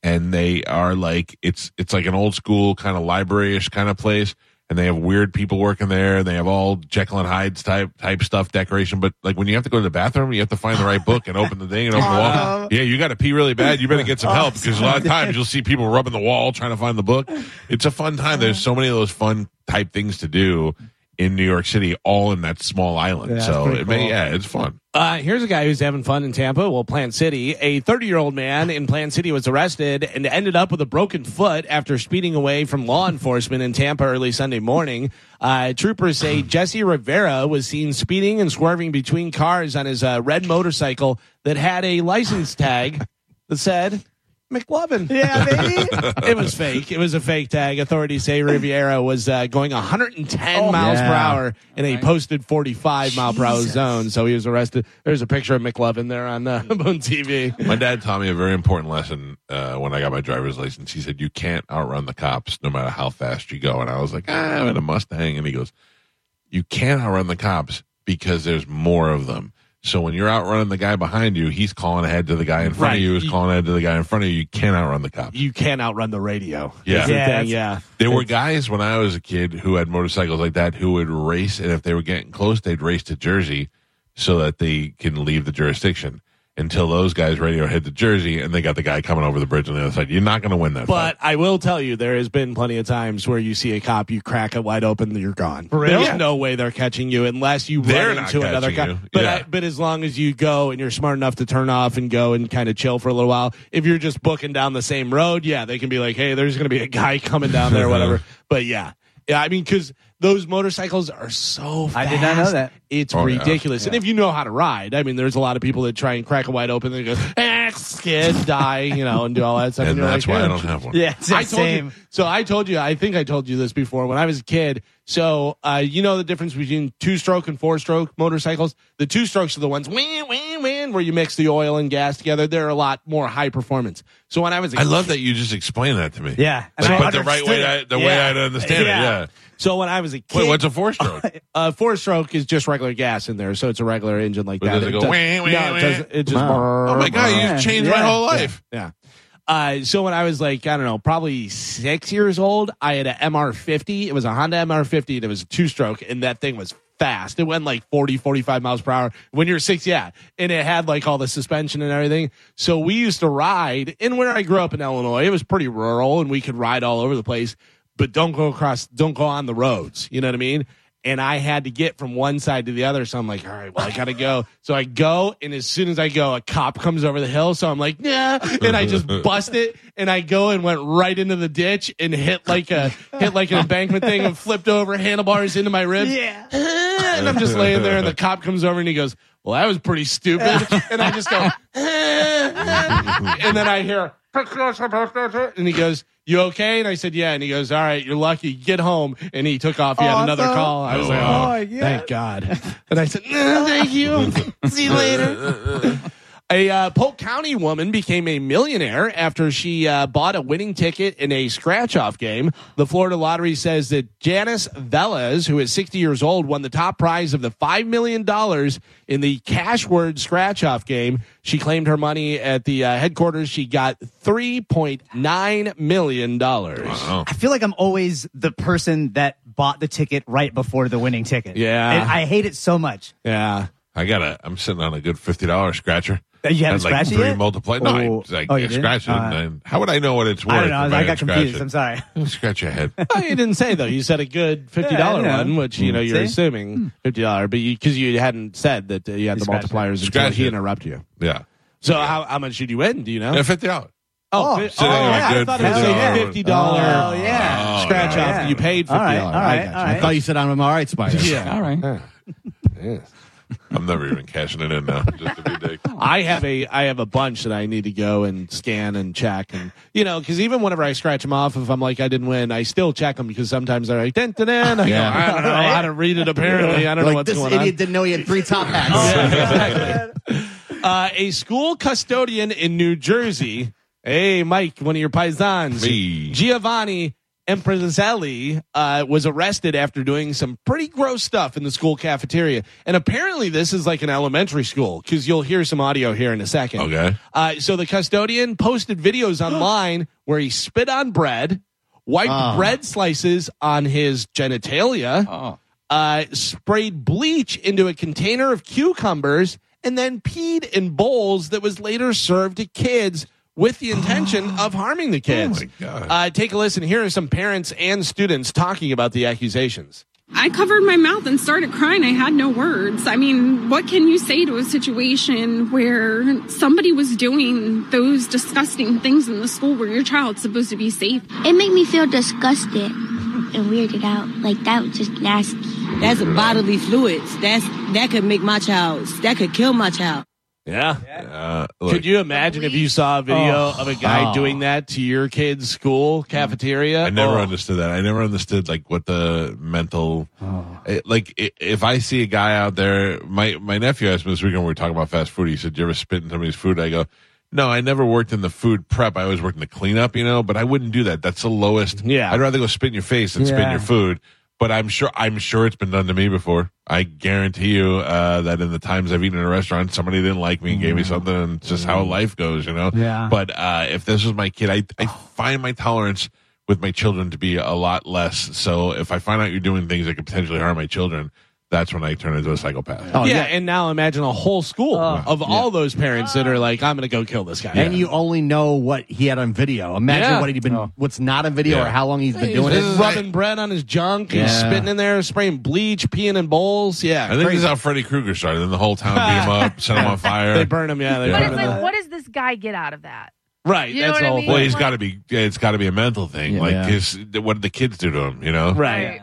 [SPEAKER 2] And they are like it's it's like an old school kind of library ish kind of place. And they have weird people working there, and they have all Jekyll and Hyde's type type stuff decoration. But like when you have to go to the bathroom, you have to find the right book and open the thing and open the wall. Yeah, you got to pee really bad. You better get some help because a lot of times you'll see people rubbing the wall trying to find the book. It's a fun time. There's so many of those fun type things to do in New York City, all in that small island.
[SPEAKER 3] Yeah,
[SPEAKER 2] so
[SPEAKER 3] that's
[SPEAKER 2] it may,
[SPEAKER 3] pretty
[SPEAKER 2] yeah, it's fun.
[SPEAKER 3] Uh, here's a guy who's having fun in Tampa. Well, Plant City. A 30 year old man in Plant City was arrested and ended up with a broken foot after speeding away from law enforcement in Tampa early Sunday morning. Uh, troopers say Jesse Rivera was seen speeding and swerving between cars on his uh, red motorcycle that had a license tag that said McLovin.
[SPEAKER 4] Yeah, baby.
[SPEAKER 3] it was fake. It was a fake tag. Authorities say Riviera was uh, going 110 miles per
[SPEAKER 4] Oh. Yeah.
[SPEAKER 3] hour in a posted 45 mile per hour
[SPEAKER 4] Jesus.
[SPEAKER 3] zone. So he was arrested. There's a picture of McLovin there on uh, Boone TV.
[SPEAKER 2] My dad taught me a very important lesson uh, when I got my driver's license. He said, You can't outrun the cops no matter how fast you go. And I was like, ah, I'm in a Mustang. And he goes, You can't outrun the cops because there's more of them. So when you're outrunning the guy behind you, he's calling ahead to the guy in front
[SPEAKER 3] Right.
[SPEAKER 2] of you, is
[SPEAKER 3] You-
[SPEAKER 2] calling ahead to the guy in front of you. You can't outrun the cops.
[SPEAKER 3] You can't outrun the radio.
[SPEAKER 2] Yeah.
[SPEAKER 3] That's the
[SPEAKER 4] Yeah,
[SPEAKER 3] thing,
[SPEAKER 4] that's-
[SPEAKER 3] yeah.
[SPEAKER 2] There were guys when I was a kid who had motorcycles like that who would race, and if they were getting close, they'd race to Jersey so that they can leave the jurisdiction until those guys radio hit to Jersey and they got the guy coming over the bridge on the other side. You're not going to win that.
[SPEAKER 3] But
[SPEAKER 2] fight.
[SPEAKER 3] I will tell you, there has been plenty of times where you see a cop, you crack it wide open, you're gone.
[SPEAKER 4] real?
[SPEAKER 3] There's
[SPEAKER 4] Yeah.
[SPEAKER 3] no way they're catching you unless you
[SPEAKER 2] They're
[SPEAKER 3] run
[SPEAKER 2] not
[SPEAKER 3] into another
[SPEAKER 2] catching
[SPEAKER 3] cop.
[SPEAKER 2] you.
[SPEAKER 3] But
[SPEAKER 2] Yeah.
[SPEAKER 3] I, but as long as you go and you're smart enough to turn off and go and kind of chill for a little while, if you're just booking down the same road, yeah, they can be like, hey, there's going to be a guy coming down
[SPEAKER 2] Uh-huh.
[SPEAKER 3] there, whatever. But yeah, yeah, I mean, because those motorcycles are so
[SPEAKER 4] I
[SPEAKER 3] fast.
[SPEAKER 4] did not know that.
[SPEAKER 3] It's
[SPEAKER 2] Oh, yeah.
[SPEAKER 3] ridiculous. And if you know how to ride, I mean, there's a lot of people that try and crack it wide open and go, eh, skid, die, you know, and do all that stuff.
[SPEAKER 2] and
[SPEAKER 3] you're
[SPEAKER 2] that's
[SPEAKER 3] like,
[SPEAKER 2] why I
[SPEAKER 3] "Yeah,
[SPEAKER 2] don't have one.
[SPEAKER 4] yeah, it's the
[SPEAKER 3] I told
[SPEAKER 4] same.
[SPEAKER 3] you. So I told you. I think I told you this before when I was a kid. So uh, you know the difference between two-stroke and four-stroke motorcycles. The two-strokes are the ones win, win, win, where you mix the oil and gas together. They're a lot more high performance. So when I was, a
[SPEAKER 2] I love that you just explained that to me.
[SPEAKER 4] Yeah,
[SPEAKER 2] Like,
[SPEAKER 4] and I
[SPEAKER 2] but the right way,
[SPEAKER 4] understood
[SPEAKER 2] I,
[SPEAKER 4] it.
[SPEAKER 2] the way uh,
[SPEAKER 4] Yeah.
[SPEAKER 2] I understand
[SPEAKER 4] Yeah.
[SPEAKER 2] it.
[SPEAKER 3] So when I was a kid,
[SPEAKER 2] Yeah. Wait, what's a four stroke?
[SPEAKER 3] uh, four-stroke is just regular gas in there, so it's a regular engine like
[SPEAKER 2] But
[SPEAKER 3] that.
[SPEAKER 2] does it go
[SPEAKER 3] does-
[SPEAKER 2] wah, wah,
[SPEAKER 3] no,
[SPEAKER 2] wah?
[SPEAKER 3] it doesn't. It just.
[SPEAKER 2] oh my god, you just changed my
[SPEAKER 4] Yeah.
[SPEAKER 2] whole life.
[SPEAKER 3] Yeah. Uh, so when I was like, I don't know, probably six years old, I had a MR50. It was a Honda MR50 and it was a two stroke, and that thing was fast. It went like 40, 45 miles per hour when you're six, yeah. And it had like all the suspension and everything. So we used to ride, and where I grew up in Illinois, it was pretty rural and we could ride all over the place, but don't go across, don't go on the roads. You know what I mean? and I had to get from one side to the other. So I'm like, all right, well, I gotta go. So I go, and as soon as I go, a cop comes over the hill. So I'm like, nah, and I just bust it, and I go and went right into the ditch and hit like a hit like an embankment thing and flipped over handlebars into my ribs.
[SPEAKER 4] Yeah.
[SPEAKER 3] and I'm just laying there, and the cop comes over and he goes, well, that was pretty stupid, and I just go, and then I hear, and he goes. You okay? And I said, yeah. And he goes, all right, you're lucky. Get home. And he took off. He had another
[SPEAKER 4] Awesome.
[SPEAKER 3] call. I was like,
[SPEAKER 2] wow.
[SPEAKER 3] oh,
[SPEAKER 4] Oh, yeah.
[SPEAKER 3] thank God. And I said, "Nah, thank you. See you later. A uh, Polk County woman became a millionaire after she uh, bought a winning ticket in a scratch off game. The Florida lottery says that Janice Velez, who is 60 years old, won the top prize of the $5 million in the cash word scratch off game. She claimed her money at the uh, headquarters. She got $3.9 million.
[SPEAKER 2] Wow.
[SPEAKER 4] I feel like I'm always the person that bought the ticket right before the winning ticket.
[SPEAKER 3] Yeah.
[SPEAKER 4] And I hate it so much.
[SPEAKER 3] Yeah.
[SPEAKER 2] I got a. I'm sitting on a good fifty dollars scratcher.
[SPEAKER 4] That Uh, you haven't
[SPEAKER 2] Had, like
[SPEAKER 4] scratched it
[SPEAKER 2] three
[SPEAKER 4] yet?
[SPEAKER 2] multiplied. No, I,
[SPEAKER 4] Oh.
[SPEAKER 2] I,
[SPEAKER 4] Oh,
[SPEAKER 2] I
[SPEAKER 4] you didn't?
[SPEAKER 2] scratched it.
[SPEAKER 4] Uh,
[SPEAKER 2] and then- how would I know what it's worth?
[SPEAKER 4] I don't know.
[SPEAKER 2] if
[SPEAKER 4] I,
[SPEAKER 2] didn't
[SPEAKER 4] got
[SPEAKER 2] scratch
[SPEAKER 4] confused.
[SPEAKER 2] it?
[SPEAKER 4] I'm sorry.
[SPEAKER 2] Scratch your head.
[SPEAKER 3] Oh, you didn't say though. You said a good fifty dollar
[SPEAKER 4] Yeah, I know.
[SPEAKER 3] one, which you know you're
[SPEAKER 4] See?
[SPEAKER 3] assuming fifty dollar, but you because you hadn't said that uh, you had the
[SPEAKER 4] scratched it.
[SPEAKER 3] multipliers until
[SPEAKER 2] Scratched
[SPEAKER 3] he
[SPEAKER 2] it.
[SPEAKER 3] interrupted you.
[SPEAKER 2] Yeah.
[SPEAKER 3] So how, how much did you win? Do you know?
[SPEAKER 2] Yeah, fifty dollars.
[SPEAKER 4] Oh,
[SPEAKER 3] fi-
[SPEAKER 4] sitting on a
[SPEAKER 3] yeah, I
[SPEAKER 2] good
[SPEAKER 3] thought it was
[SPEAKER 4] $50.
[SPEAKER 3] a fifty dollar.
[SPEAKER 4] Oh, yeah.
[SPEAKER 2] Oh,
[SPEAKER 3] Scratch
[SPEAKER 4] no.
[SPEAKER 3] off.
[SPEAKER 4] Yeah.
[SPEAKER 3] You paid
[SPEAKER 4] All
[SPEAKER 3] fifty
[SPEAKER 4] right,
[SPEAKER 3] dollars.
[SPEAKER 4] all right, all
[SPEAKER 5] I
[SPEAKER 4] right.
[SPEAKER 5] thought you said I'm all right, Spider.
[SPEAKER 3] Yeah.
[SPEAKER 6] All right.
[SPEAKER 2] I'm never even cashing it in now. Just to be a dick.
[SPEAKER 3] I have a I have a bunch that I need to go and scan and check and you know because even whenever I scratch them off if I'm like I didn't win I still check them because sometimes they're like dun, dun, dun. I,
[SPEAKER 5] Yeah.
[SPEAKER 3] go, I don't know how to read it apparently I don't know
[SPEAKER 5] Like
[SPEAKER 3] what's
[SPEAKER 5] this
[SPEAKER 3] going
[SPEAKER 5] idiot
[SPEAKER 3] on.
[SPEAKER 5] didn't know he had three top hats.
[SPEAKER 3] Uh, a school custodian in New Jersey. Hey, Mike, one of your paisans.
[SPEAKER 2] Me.
[SPEAKER 3] Giovanni Emprezelli uh, was arrested after doing some pretty gross stuff in the school cafeteria. And apparently, this is like an elementary school because you'll hear some audio here in a second.
[SPEAKER 2] Okay.
[SPEAKER 3] Uh, so the custodian posted videos online where he spit on bread, wiped
[SPEAKER 2] Ah.
[SPEAKER 5] Oh.
[SPEAKER 3] bread slices on his genitalia
[SPEAKER 2] Ah.
[SPEAKER 6] Oh.
[SPEAKER 3] uh, sprayed bleach into a container of cucumbers and then peed in bowls that was later served to kids with the intention of harming the kids.
[SPEAKER 2] Oh my God.
[SPEAKER 3] Uh, take a listen. Here are some parents and students talking about the accusations.
[SPEAKER 7] I covered my mouth and started crying. I had no words. I mean, what can you say to a situation where somebody was doing those disgusting things in the school where your child's supposed to be safe?
[SPEAKER 8] It made me feel disgusted and weirded out. Like that was just nasty.
[SPEAKER 9] That's bodily fluids. That's that could make my child. That could kill my child.
[SPEAKER 3] Yeah.
[SPEAKER 2] Uh,
[SPEAKER 3] Could
[SPEAKER 2] look,
[SPEAKER 3] you imagine if you saw a video
[SPEAKER 4] Oh.
[SPEAKER 3] of a guy
[SPEAKER 5] Oh.
[SPEAKER 3] doing that to your kid's school cafeteria?
[SPEAKER 2] Mm. I never
[SPEAKER 3] Oh.
[SPEAKER 2] understood that. I never understood like what the mental, it- like i if I see a guy out there, my my nephew asked me this weekend we were talking about fast food. He said, "Do you ever spit in somebody's food?" I go, "No, I never worked in the food prep. I always worked in the cleanup, you know. But I wouldn't do that. That's the lowest.
[SPEAKER 3] Yeah.
[SPEAKER 2] I'd rather go spit in your face than spit in
[SPEAKER 4] Yeah.
[SPEAKER 2] your food." But I'm sure I'm sure it's been done to me before. I guarantee you uh, that in the times I've eaten in a restaurant, somebody didn't like me and gave me something. And it's just how life goes, you know.
[SPEAKER 4] Yeah.
[SPEAKER 2] But uh, if this was my kid, I, I
[SPEAKER 5] Oh.
[SPEAKER 2] find my tolerance with my children to be a lot less. So if I find out you're doing things that could potentially harm my children, that's when I turn into a psychopath.
[SPEAKER 3] yeah, Oh.
[SPEAKER 5] Oh, yeah.
[SPEAKER 3] and now imagine a whole school of all those parents that are like, "I'm going to go kill this guy."
[SPEAKER 5] And you only know what he had on video. Imagine
[SPEAKER 3] Yeah.
[SPEAKER 5] what he'd been, what's not on video,
[SPEAKER 2] Yeah.
[SPEAKER 5] or how long he's been
[SPEAKER 3] He's
[SPEAKER 5] doing
[SPEAKER 3] just
[SPEAKER 5] it.
[SPEAKER 3] rubbing bread on his junk. He's
[SPEAKER 5] Yeah.
[SPEAKER 3] spitting in there, spraying bleach, peeing in bowls. Yeah,
[SPEAKER 2] I think this
[SPEAKER 3] crazy.
[SPEAKER 2] is how Freddy Krueger started. Then the whole town beat him up, set him on fire.
[SPEAKER 3] they burn him. Yeah, they
[SPEAKER 2] Yeah.
[SPEAKER 6] But
[SPEAKER 3] burn
[SPEAKER 6] it's
[SPEAKER 3] him.
[SPEAKER 6] like, what does this guy get out of that?
[SPEAKER 3] right,
[SPEAKER 6] You know
[SPEAKER 3] that's
[SPEAKER 6] what I
[SPEAKER 3] the whole
[SPEAKER 6] mean?
[SPEAKER 2] well,
[SPEAKER 3] thing.
[SPEAKER 2] he's got to be. It's got to be a mental thing.
[SPEAKER 5] Yeah.
[SPEAKER 2] like
[SPEAKER 5] Yeah.
[SPEAKER 2] his, what did the kids do to him? You know.
[SPEAKER 3] Right.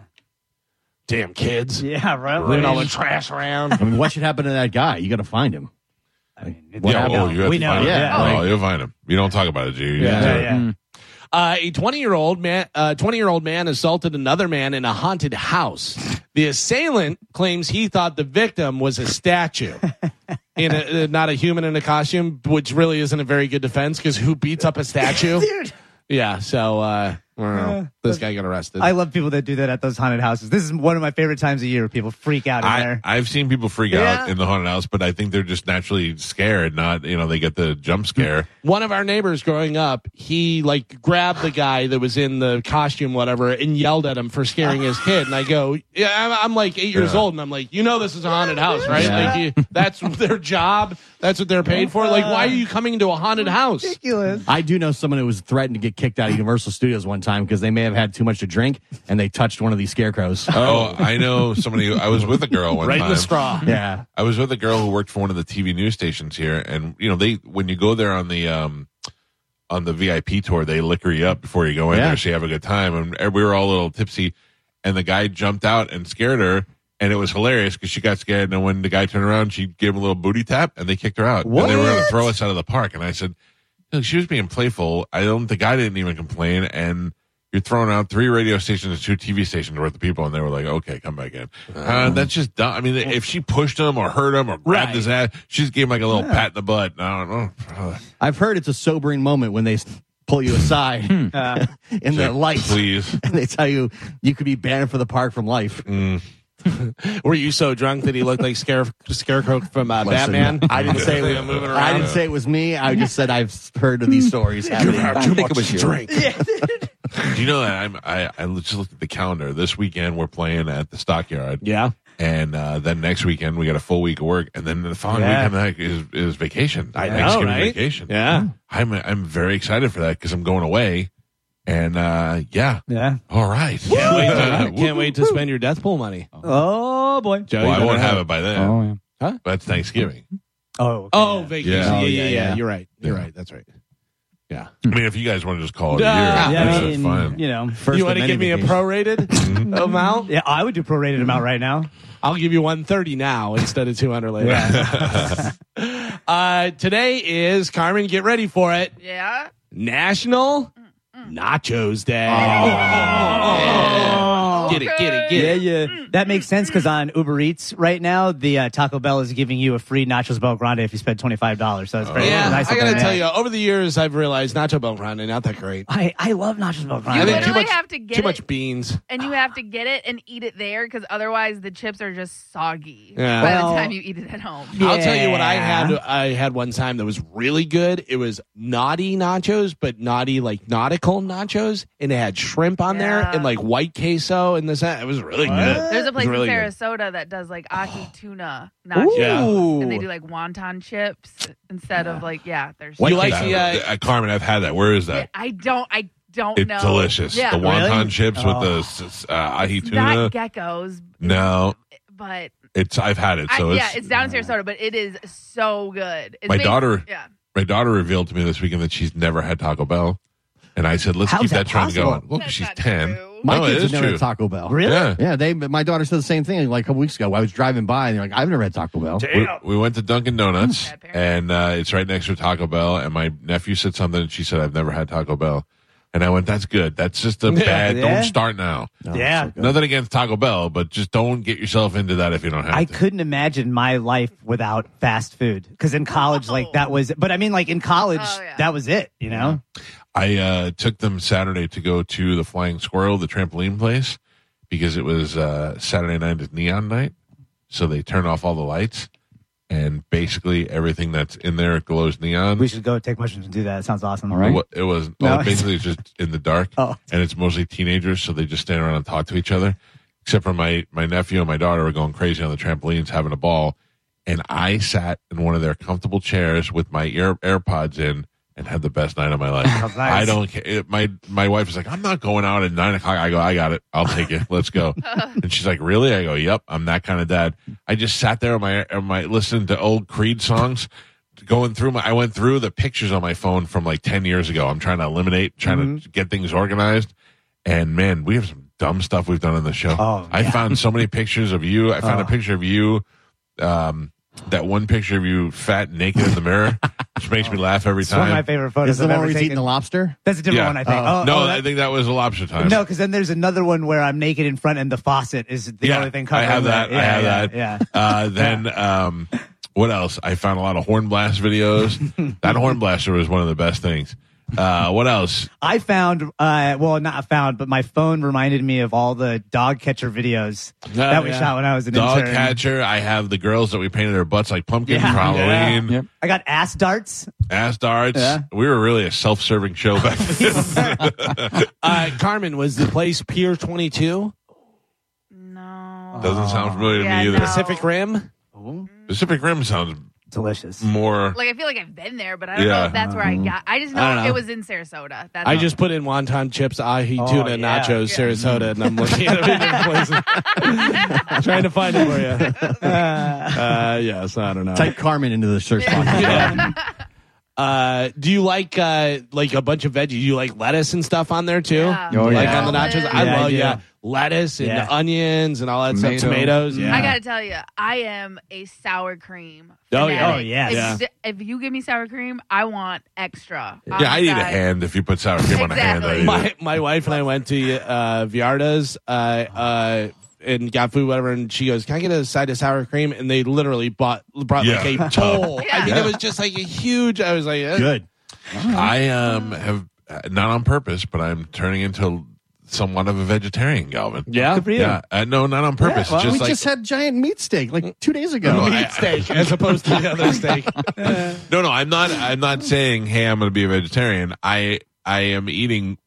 [SPEAKER 3] Damn kids,
[SPEAKER 4] Yeah, right.
[SPEAKER 3] leaving all the trash around.
[SPEAKER 5] I mean, what should happen to that guy? You got to find him.
[SPEAKER 4] I mean, it's-
[SPEAKER 5] What
[SPEAKER 2] yeah.
[SPEAKER 5] happened?
[SPEAKER 2] Oh, you have
[SPEAKER 4] We
[SPEAKER 2] to
[SPEAKER 4] know,
[SPEAKER 2] Find him.
[SPEAKER 5] yeah.
[SPEAKER 2] Oh, you'll find him. You don't talk about it, do you? You
[SPEAKER 3] Yeah.
[SPEAKER 2] do
[SPEAKER 4] Yeah,
[SPEAKER 2] it.
[SPEAKER 4] yeah.
[SPEAKER 3] Uh, a 20 year old man, uh, 20 year old man assaulted another man in a haunted house. The assailant claims he thought the victim was a statue. In a, uh, not a human in a costume, which really isn't a very good defense because who beats up a statue?
[SPEAKER 4] Dude.
[SPEAKER 3] Yeah, so uh, I don't know. this guy got arrested.
[SPEAKER 4] I love people that do that at those haunted houses. This is one of my favorite times of year. People freak out in
[SPEAKER 2] I,
[SPEAKER 4] there.
[SPEAKER 2] I've seen people freak out in the haunted house, but I think they're just naturally scared. Not you know they get the jump scare.
[SPEAKER 3] One of our neighbors growing up, he like grabbed the guy that was in the costume, whatever, and yelled at him for scaring his kid. And I go, yeah, I'm, I'm like eight years
[SPEAKER 2] Yeah.
[SPEAKER 3] old, and I'm like, you know, this is a haunted house, right?
[SPEAKER 5] Yeah.
[SPEAKER 3] Like, you, that's their job. That's what they're paid for. Like, why are you coming to a haunted house?
[SPEAKER 4] Ridiculous.
[SPEAKER 5] I do know someone who was threatened to get kicked out of Universal Studios one time because they may have had too much to drink and they touched one of these scarecrows.
[SPEAKER 2] Oh, I know somebody. Who, I was with a girl one
[SPEAKER 3] Right
[SPEAKER 2] time.
[SPEAKER 3] in the straw.
[SPEAKER 5] yeah.
[SPEAKER 2] I was with a girl who worked for one of the TV news stations here, and you know they when you go there on the um on the VIP tour, they liquor you up before you go in
[SPEAKER 5] Yeah.
[SPEAKER 2] there, so you have a good time. And we were all a little tipsy, and the guy jumped out and scared her. And it was hilarious because she got scared. And then when the guy turned around, she gave him a little booty tap and they kicked her out. And they were going to throw us out of the park. And I said, Look, she was being playful. I don't think I didn't even complain. And you're throwing out three radio stations and two TV stations worth of people, and they were like, "Okay, come back in." Uh,
[SPEAKER 5] Uh-huh.
[SPEAKER 2] that's just dumb. I mean, if she pushed him or hurt him or grabbed
[SPEAKER 3] Right.
[SPEAKER 2] his ass, she just gave him like a little pat in the butt. I don't know.
[SPEAKER 5] I've heard it's a sobering moment when they s- pull you aside in
[SPEAKER 4] Uh,
[SPEAKER 5] the
[SPEAKER 2] Hmm. Like,
[SPEAKER 5] lights
[SPEAKER 2] please.
[SPEAKER 5] and they tell you you could be banned for the park from life.
[SPEAKER 3] Were you so drunk that he looked like scare, Scarecrow from uh,
[SPEAKER 5] Listen,
[SPEAKER 3] Batman?
[SPEAKER 5] I didn't say
[SPEAKER 3] See him moving around.
[SPEAKER 5] I didn't say it was me. I just said I've heard of these stories happening.
[SPEAKER 3] too much to drink.
[SPEAKER 2] Do you know that I'm? I, I just looked at the calendar. This weekend we're playing at the Stockyard.
[SPEAKER 3] Yeah.
[SPEAKER 2] and uh, then next weekend we got a full week of work, and then the following
[SPEAKER 4] Yeah.
[SPEAKER 2] weekend like, is is vacation.
[SPEAKER 3] I know,
[SPEAKER 2] Thanksgiving
[SPEAKER 3] right?
[SPEAKER 2] vacation.
[SPEAKER 3] Yeah.
[SPEAKER 2] I'm I'm very excited for that because I'm going away, and uh, yeah,
[SPEAKER 4] yeah.
[SPEAKER 2] all right.
[SPEAKER 3] Can't wait, to, can't wait to spend your death pool money.
[SPEAKER 4] Oh boy.
[SPEAKER 3] Joe,
[SPEAKER 2] Well,
[SPEAKER 3] you
[SPEAKER 2] I
[SPEAKER 3] better
[SPEAKER 2] won't have it by then.
[SPEAKER 4] Oh yeah.
[SPEAKER 2] But it's Thanksgiving.
[SPEAKER 4] Oh.
[SPEAKER 3] Oh, vacation.
[SPEAKER 2] Yeah.
[SPEAKER 3] Yeah.
[SPEAKER 4] Oh,
[SPEAKER 3] Yeah,
[SPEAKER 4] yeah,
[SPEAKER 3] yeah,
[SPEAKER 4] yeah.
[SPEAKER 3] You're right. You're
[SPEAKER 2] Yeah.
[SPEAKER 3] right. That's right. Yeah.
[SPEAKER 2] I mean, if you guys want to just call it a year,
[SPEAKER 3] Hmm. Yeah.
[SPEAKER 4] yeah,
[SPEAKER 2] that's
[SPEAKER 4] I mean,
[SPEAKER 2] fine.
[SPEAKER 4] you know.
[SPEAKER 5] First
[SPEAKER 3] you
[SPEAKER 5] of
[SPEAKER 3] want to
[SPEAKER 5] many
[SPEAKER 3] give me a
[SPEAKER 5] vacations.
[SPEAKER 3] prorated amount?
[SPEAKER 4] Yeah, I would do prorated amount right now.
[SPEAKER 3] I'll give you 130 now instead of 200 later. uh, today is Carmen. Get ready for it.
[SPEAKER 6] Yeah.
[SPEAKER 3] National Nachos Day. Get it, get it, get
[SPEAKER 4] Yeah,
[SPEAKER 3] it.
[SPEAKER 4] yeah. That makes sense because on Uber Eats right now, the uh, Taco Bell is giving you a free nachos Bel Grande if you spend twenty five dollars. So that's pretty
[SPEAKER 3] Yeah,
[SPEAKER 4] nice.
[SPEAKER 3] I
[SPEAKER 4] of
[SPEAKER 3] gotta
[SPEAKER 4] them.
[SPEAKER 3] tell you, over the years, I've realized nacho bel grande not that great.
[SPEAKER 4] I I love nachos Bel
[SPEAKER 6] You
[SPEAKER 3] I think
[SPEAKER 4] Grande.
[SPEAKER 3] too
[SPEAKER 6] literally
[SPEAKER 3] much-
[SPEAKER 6] have to get
[SPEAKER 3] Too
[SPEAKER 6] it,
[SPEAKER 3] much beans.
[SPEAKER 6] and you have to get it and eat it there because otherwise the chips are just soggy
[SPEAKER 3] Yeah.
[SPEAKER 6] by
[SPEAKER 4] Well-
[SPEAKER 6] the time you eat it at home.
[SPEAKER 3] I'll tell you what I
[SPEAKER 4] Yeah.
[SPEAKER 3] had. I had one time that was really good. It was naughty nachos, but naughty like nautical nachos, and it had shrimp on there
[SPEAKER 6] Yeah.
[SPEAKER 3] and like white queso and this. That. It was really good.
[SPEAKER 6] There's a
[SPEAKER 3] It's
[SPEAKER 6] place
[SPEAKER 3] really
[SPEAKER 6] in
[SPEAKER 3] good.
[SPEAKER 6] Sarasota that does like ahi tuna nachos,
[SPEAKER 3] Yeah.
[SPEAKER 6] and they do like wonton chips instead of like yeah. There's
[SPEAKER 3] You like
[SPEAKER 2] That-
[SPEAKER 3] the, uh,
[SPEAKER 2] uh, Carmen? I've had that. Where is that?
[SPEAKER 6] I don't. I don't
[SPEAKER 2] It's
[SPEAKER 6] know.
[SPEAKER 2] delicious.
[SPEAKER 6] Yeah.
[SPEAKER 2] The wonton
[SPEAKER 4] Really?
[SPEAKER 2] chips with
[SPEAKER 4] Oh.
[SPEAKER 2] the s- s- uh, ahi
[SPEAKER 6] It's
[SPEAKER 2] tuna.
[SPEAKER 6] Not geckos,
[SPEAKER 2] no,
[SPEAKER 6] but
[SPEAKER 2] it's I've had it. So
[SPEAKER 6] I, yeah,
[SPEAKER 2] it's,
[SPEAKER 6] it's down in Sarasota, but it is so good. It's
[SPEAKER 2] My
[SPEAKER 6] basi-
[SPEAKER 2] daughter-
[SPEAKER 6] Yeah.
[SPEAKER 2] my daughter revealed to me this weekend that she's never had Taco Bell, and I said, "Let's
[SPEAKER 4] How's
[SPEAKER 2] keep that,
[SPEAKER 4] that
[SPEAKER 2] trend
[SPEAKER 4] possible?
[SPEAKER 2] going." Well, 'cause she's ten.
[SPEAKER 5] My
[SPEAKER 2] No, Oh, it is
[SPEAKER 5] kids have never
[SPEAKER 2] true.
[SPEAKER 5] had Taco Bell.
[SPEAKER 4] Really?
[SPEAKER 2] Yeah.
[SPEAKER 5] Yeah, they. My daughter said the same thing like a couple weeks ago. I was driving by and they're like, "I've never had Taco Bell."
[SPEAKER 2] We, we went to Dunkin' Donuts,
[SPEAKER 6] Bad parent.
[SPEAKER 2] and uh, it's right next to Taco Bell. And my nephew said something, and she said, "I've never had Taco Bell." And I went, "That's good. That's just a bad.
[SPEAKER 4] Yeah. Oh
[SPEAKER 2] Don't start now.
[SPEAKER 4] yeah.
[SPEAKER 2] Nothing against Taco Bell, but just don't get yourself into that if you don't have
[SPEAKER 4] I
[SPEAKER 2] to."
[SPEAKER 4] couldn't imagine my life without fast food because in college, like that was. But I mean, like in college,
[SPEAKER 6] Oh, yeah.
[SPEAKER 4] that was it. You know,
[SPEAKER 2] I uh, took them Saturday to go to the Flying Squirrel, the trampoline place, because it was uh, Saturday night is neon night, so they turn off all the lights, and basically everything that's in there glows neon.
[SPEAKER 4] we should go take mushrooms and do that. It sounds awesome. All
[SPEAKER 2] It wa- It was
[SPEAKER 4] No.
[SPEAKER 2] well, basically it's just in the dark,
[SPEAKER 4] Oh.
[SPEAKER 2] and it's mostly teenagers, so they just stand around and talk to each other. Except for my my nephew and my daughter were going crazy on the trampolines, having a ball, and I sat in one of their comfortable chairs with my ear AirPods in and had the best night of my life.
[SPEAKER 4] Sounds nice.
[SPEAKER 2] I don't care. It, my my wife is like, I'm not going out at nine o'clock. I go, I got it. I'll take it. Let's go. and she's like, Really? I go, Yep. I'm that kind of dad. I just sat there on my on my listening to old Creed songs going through my I went through the pictures on my phone from like 10 years ago. I'm trying to eliminate, trying to
[SPEAKER 4] Mm-hmm.
[SPEAKER 2] get things organized. And man, we have some dumb stuff we've done on the show.
[SPEAKER 4] Oh,
[SPEAKER 2] I
[SPEAKER 4] yeah. Oh.
[SPEAKER 2] found so many pictures of you. I found a picture of you um that one picture of you fat naked in the mirror, which makes me laugh every
[SPEAKER 4] Oh. It's one of my
[SPEAKER 2] time.
[SPEAKER 4] favorite
[SPEAKER 5] Is
[SPEAKER 4] photos
[SPEAKER 5] the
[SPEAKER 4] I've
[SPEAKER 5] one
[SPEAKER 4] ever
[SPEAKER 5] where he's
[SPEAKER 4] taken.
[SPEAKER 5] eating the lobster?
[SPEAKER 4] That's a different
[SPEAKER 2] Yeah. Oh. Uh,
[SPEAKER 4] one, I think. Oh,
[SPEAKER 2] no,
[SPEAKER 4] that-
[SPEAKER 2] I think that was a lobster time.
[SPEAKER 4] no, because then there's another one where I'm naked in front and the faucet is the
[SPEAKER 2] Yeah,
[SPEAKER 4] only thing
[SPEAKER 2] I
[SPEAKER 4] covering.
[SPEAKER 2] have that. I
[SPEAKER 4] it. Yeah,
[SPEAKER 2] have
[SPEAKER 4] yeah,
[SPEAKER 2] that. Uh, then um, what else? I found a lot of horn blast videos. that horn blaster was one of the best things. Uh, what else?
[SPEAKER 4] I found, uh, well, not found, but my phone reminded me of all the dog catcher videos that we
[SPEAKER 3] yeah.
[SPEAKER 4] shot when I was an
[SPEAKER 2] Dog
[SPEAKER 4] intern.
[SPEAKER 2] catcher. I have the girls that we painted their butts like pumpkins
[SPEAKER 4] Yeah.
[SPEAKER 2] for Halloween.
[SPEAKER 9] Yeah.
[SPEAKER 4] I got ass darts.
[SPEAKER 2] Ass darts.
[SPEAKER 4] Yeah.
[SPEAKER 2] We were really a self-serving show back then.
[SPEAKER 3] Uh, Carmen was the place Pier 22,
[SPEAKER 6] No.
[SPEAKER 2] Doesn't sound familiar
[SPEAKER 6] Yeah,
[SPEAKER 2] to me either.
[SPEAKER 6] no.
[SPEAKER 3] Pacific Rim.
[SPEAKER 2] Pacific Rim sounds
[SPEAKER 4] Delicious.
[SPEAKER 2] more.
[SPEAKER 6] Like I feel like I've been there, but I don't
[SPEAKER 2] Yeah.
[SPEAKER 6] know if that's where I got. I just know,
[SPEAKER 3] I don't know.
[SPEAKER 6] it was in Sarasota. That's
[SPEAKER 3] I just put in wonton chips, ahi,
[SPEAKER 4] Oh,
[SPEAKER 3] tuna,
[SPEAKER 4] yeah.
[SPEAKER 3] nachos,
[SPEAKER 6] Yeah.
[SPEAKER 3] Sarasota, and I'm looking at different places. Trying to find it for you.
[SPEAKER 4] Uh,
[SPEAKER 3] Uh, yes, I don't know.
[SPEAKER 5] Type Carmen into the search box.
[SPEAKER 3] Uh, do you like uh, like a bunch of veggies? You like lettuce and stuff on there too?
[SPEAKER 6] Yeah.
[SPEAKER 9] Oh,
[SPEAKER 3] Like
[SPEAKER 9] yeah.
[SPEAKER 3] on the nachos, I
[SPEAKER 4] Yeah, I
[SPEAKER 3] love
[SPEAKER 4] do.
[SPEAKER 3] yeah lettuce and
[SPEAKER 4] Yeah.
[SPEAKER 3] onions and all that
[SPEAKER 9] Tomato.
[SPEAKER 3] stuff. Tomatoes. Yeah.
[SPEAKER 6] I gotta tell you, I am a sour cream.
[SPEAKER 3] Oh, yeah.
[SPEAKER 6] fanatic.
[SPEAKER 4] Oh, yes.
[SPEAKER 6] If,
[SPEAKER 3] Yeah.
[SPEAKER 6] d- if you give me sour cream, I want extra. Oh,
[SPEAKER 2] Yeah, I
[SPEAKER 6] my
[SPEAKER 2] need a
[SPEAKER 6] God.
[SPEAKER 2] hand. If you put sour cream on a hand, I
[SPEAKER 6] Exactly.
[SPEAKER 2] eat it.
[SPEAKER 3] my my wife and I went to uh, Viarda's uh, uh, and got food, whatever. And she goes, "Can I get a side of sour cream?" And they literally bought brought like
[SPEAKER 2] Yeah.
[SPEAKER 3] a bowl. I mean,
[SPEAKER 6] Yeah.
[SPEAKER 3] it was just like a huge. I was like, eh.
[SPEAKER 5] Good.
[SPEAKER 2] I um have uh, not on purpose, but I'm turning into somewhat of a vegetarian, Galvin.
[SPEAKER 3] yeah,
[SPEAKER 4] Good for you.
[SPEAKER 2] Yeah, uh, no, not on purpose.
[SPEAKER 5] Well,
[SPEAKER 2] just
[SPEAKER 5] we
[SPEAKER 2] like
[SPEAKER 5] just had giant meat steak like two days ago.
[SPEAKER 2] No, I-
[SPEAKER 3] meat steak as opposed to the other steak.
[SPEAKER 2] no, no. I'm not. I'm not saying, hey, I'm going to be a vegetarian. I I am eating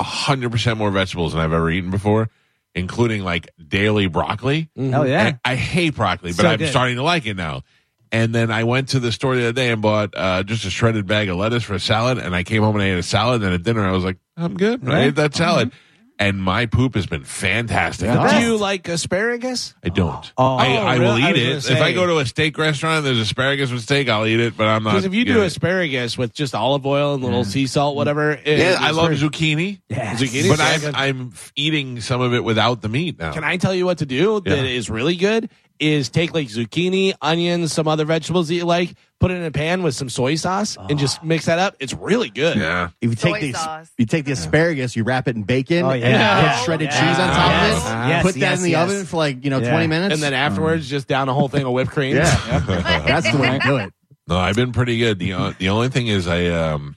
[SPEAKER 2] hundred percent more vegetables than I've ever eaten before, including like daily broccoli.
[SPEAKER 4] hell Oh, yeah.
[SPEAKER 2] And I hate broccoli, but
[SPEAKER 4] So
[SPEAKER 2] I'm
[SPEAKER 4] good.
[SPEAKER 2] starting to like it now. And then I went to the store the other day and bought uh, just a shredded bag of lettuce for a salad. And I came home and I ate a salad. And at dinner, I was like, I'm good. I ate
[SPEAKER 3] Uh-huh.
[SPEAKER 2] that salad. And my poop has been fantastic.
[SPEAKER 3] Do you like asparagus?
[SPEAKER 2] I don't.
[SPEAKER 4] Oh.
[SPEAKER 2] I, I
[SPEAKER 3] really?
[SPEAKER 2] will eat
[SPEAKER 3] I was
[SPEAKER 2] it.
[SPEAKER 3] gonna
[SPEAKER 2] If
[SPEAKER 3] say.
[SPEAKER 2] I go to a steak restaurant and there's asparagus with steak, I'll eat it, but I'm not.
[SPEAKER 3] Because if you do
[SPEAKER 2] getting it.
[SPEAKER 3] asparagus with just olive oil and a little sea salt, whatever, it-
[SPEAKER 2] yeah, I
[SPEAKER 3] it's
[SPEAKER 2] love
[SPEAKER 3] very-
[SPEAKER 2] zucchini,
[SPEAKER 4] Yes.
[SPEAKER 3] Zucchini?
[SPEAKER 2] but
[SPEAKER 3] Yeah,
[SPEAKER 2] I'm,
[SPEAKER 3] good.
[SPEAKER 2] I'm eating some of it without the meat now.
[SPEAKER 3] Can I tell you what to do that is
[SPEAKER 2] Oh. Yeah.
[SPEAKER 3] really good? Is take like zucchini, onions, some other vegetables that you like, put it in a pan with some soy sauce, and just mix that up. It's really good.
[SPEAKER 2] Yeah.
[SPEAKER 5] If you
[SPEAKER 6] Soy
[SPEAKER 5] take the
[SPEAKER 6] sauce.
[SPEAKER 5] you take the asparagus, you wrap it in bacon,
[SPEAKER 4] Oh, yeah.
[SPEAKER 5] and
[SPEAKER 4] Yeah.
[SPEAKER 5] put shredded
[SPEAKER 4] Yeah.
[SPEAKER 5] cheese on top
[SPEAKER 4] Yes.
[SPEAKER 5] of it.
[SPEAKER 4] Yes,
[SPEAKER 5] put that
[SPEAKER 4] yes,
[SPEAKER 5] in the
[SPEAKER 4] yes.
[SPEAKER 5] oven for like you know
[SPEAKER 4] Yeah.
[SPEAKER 5] twenty minutes,
[SPEAKER 3] And then afterwards, just down a whole thing of whipped cream.
[SPEAKER 5] yeah, that's the way to do it.
[SPEAKER 2] No, I've been pretty good. The o- the only thing is I um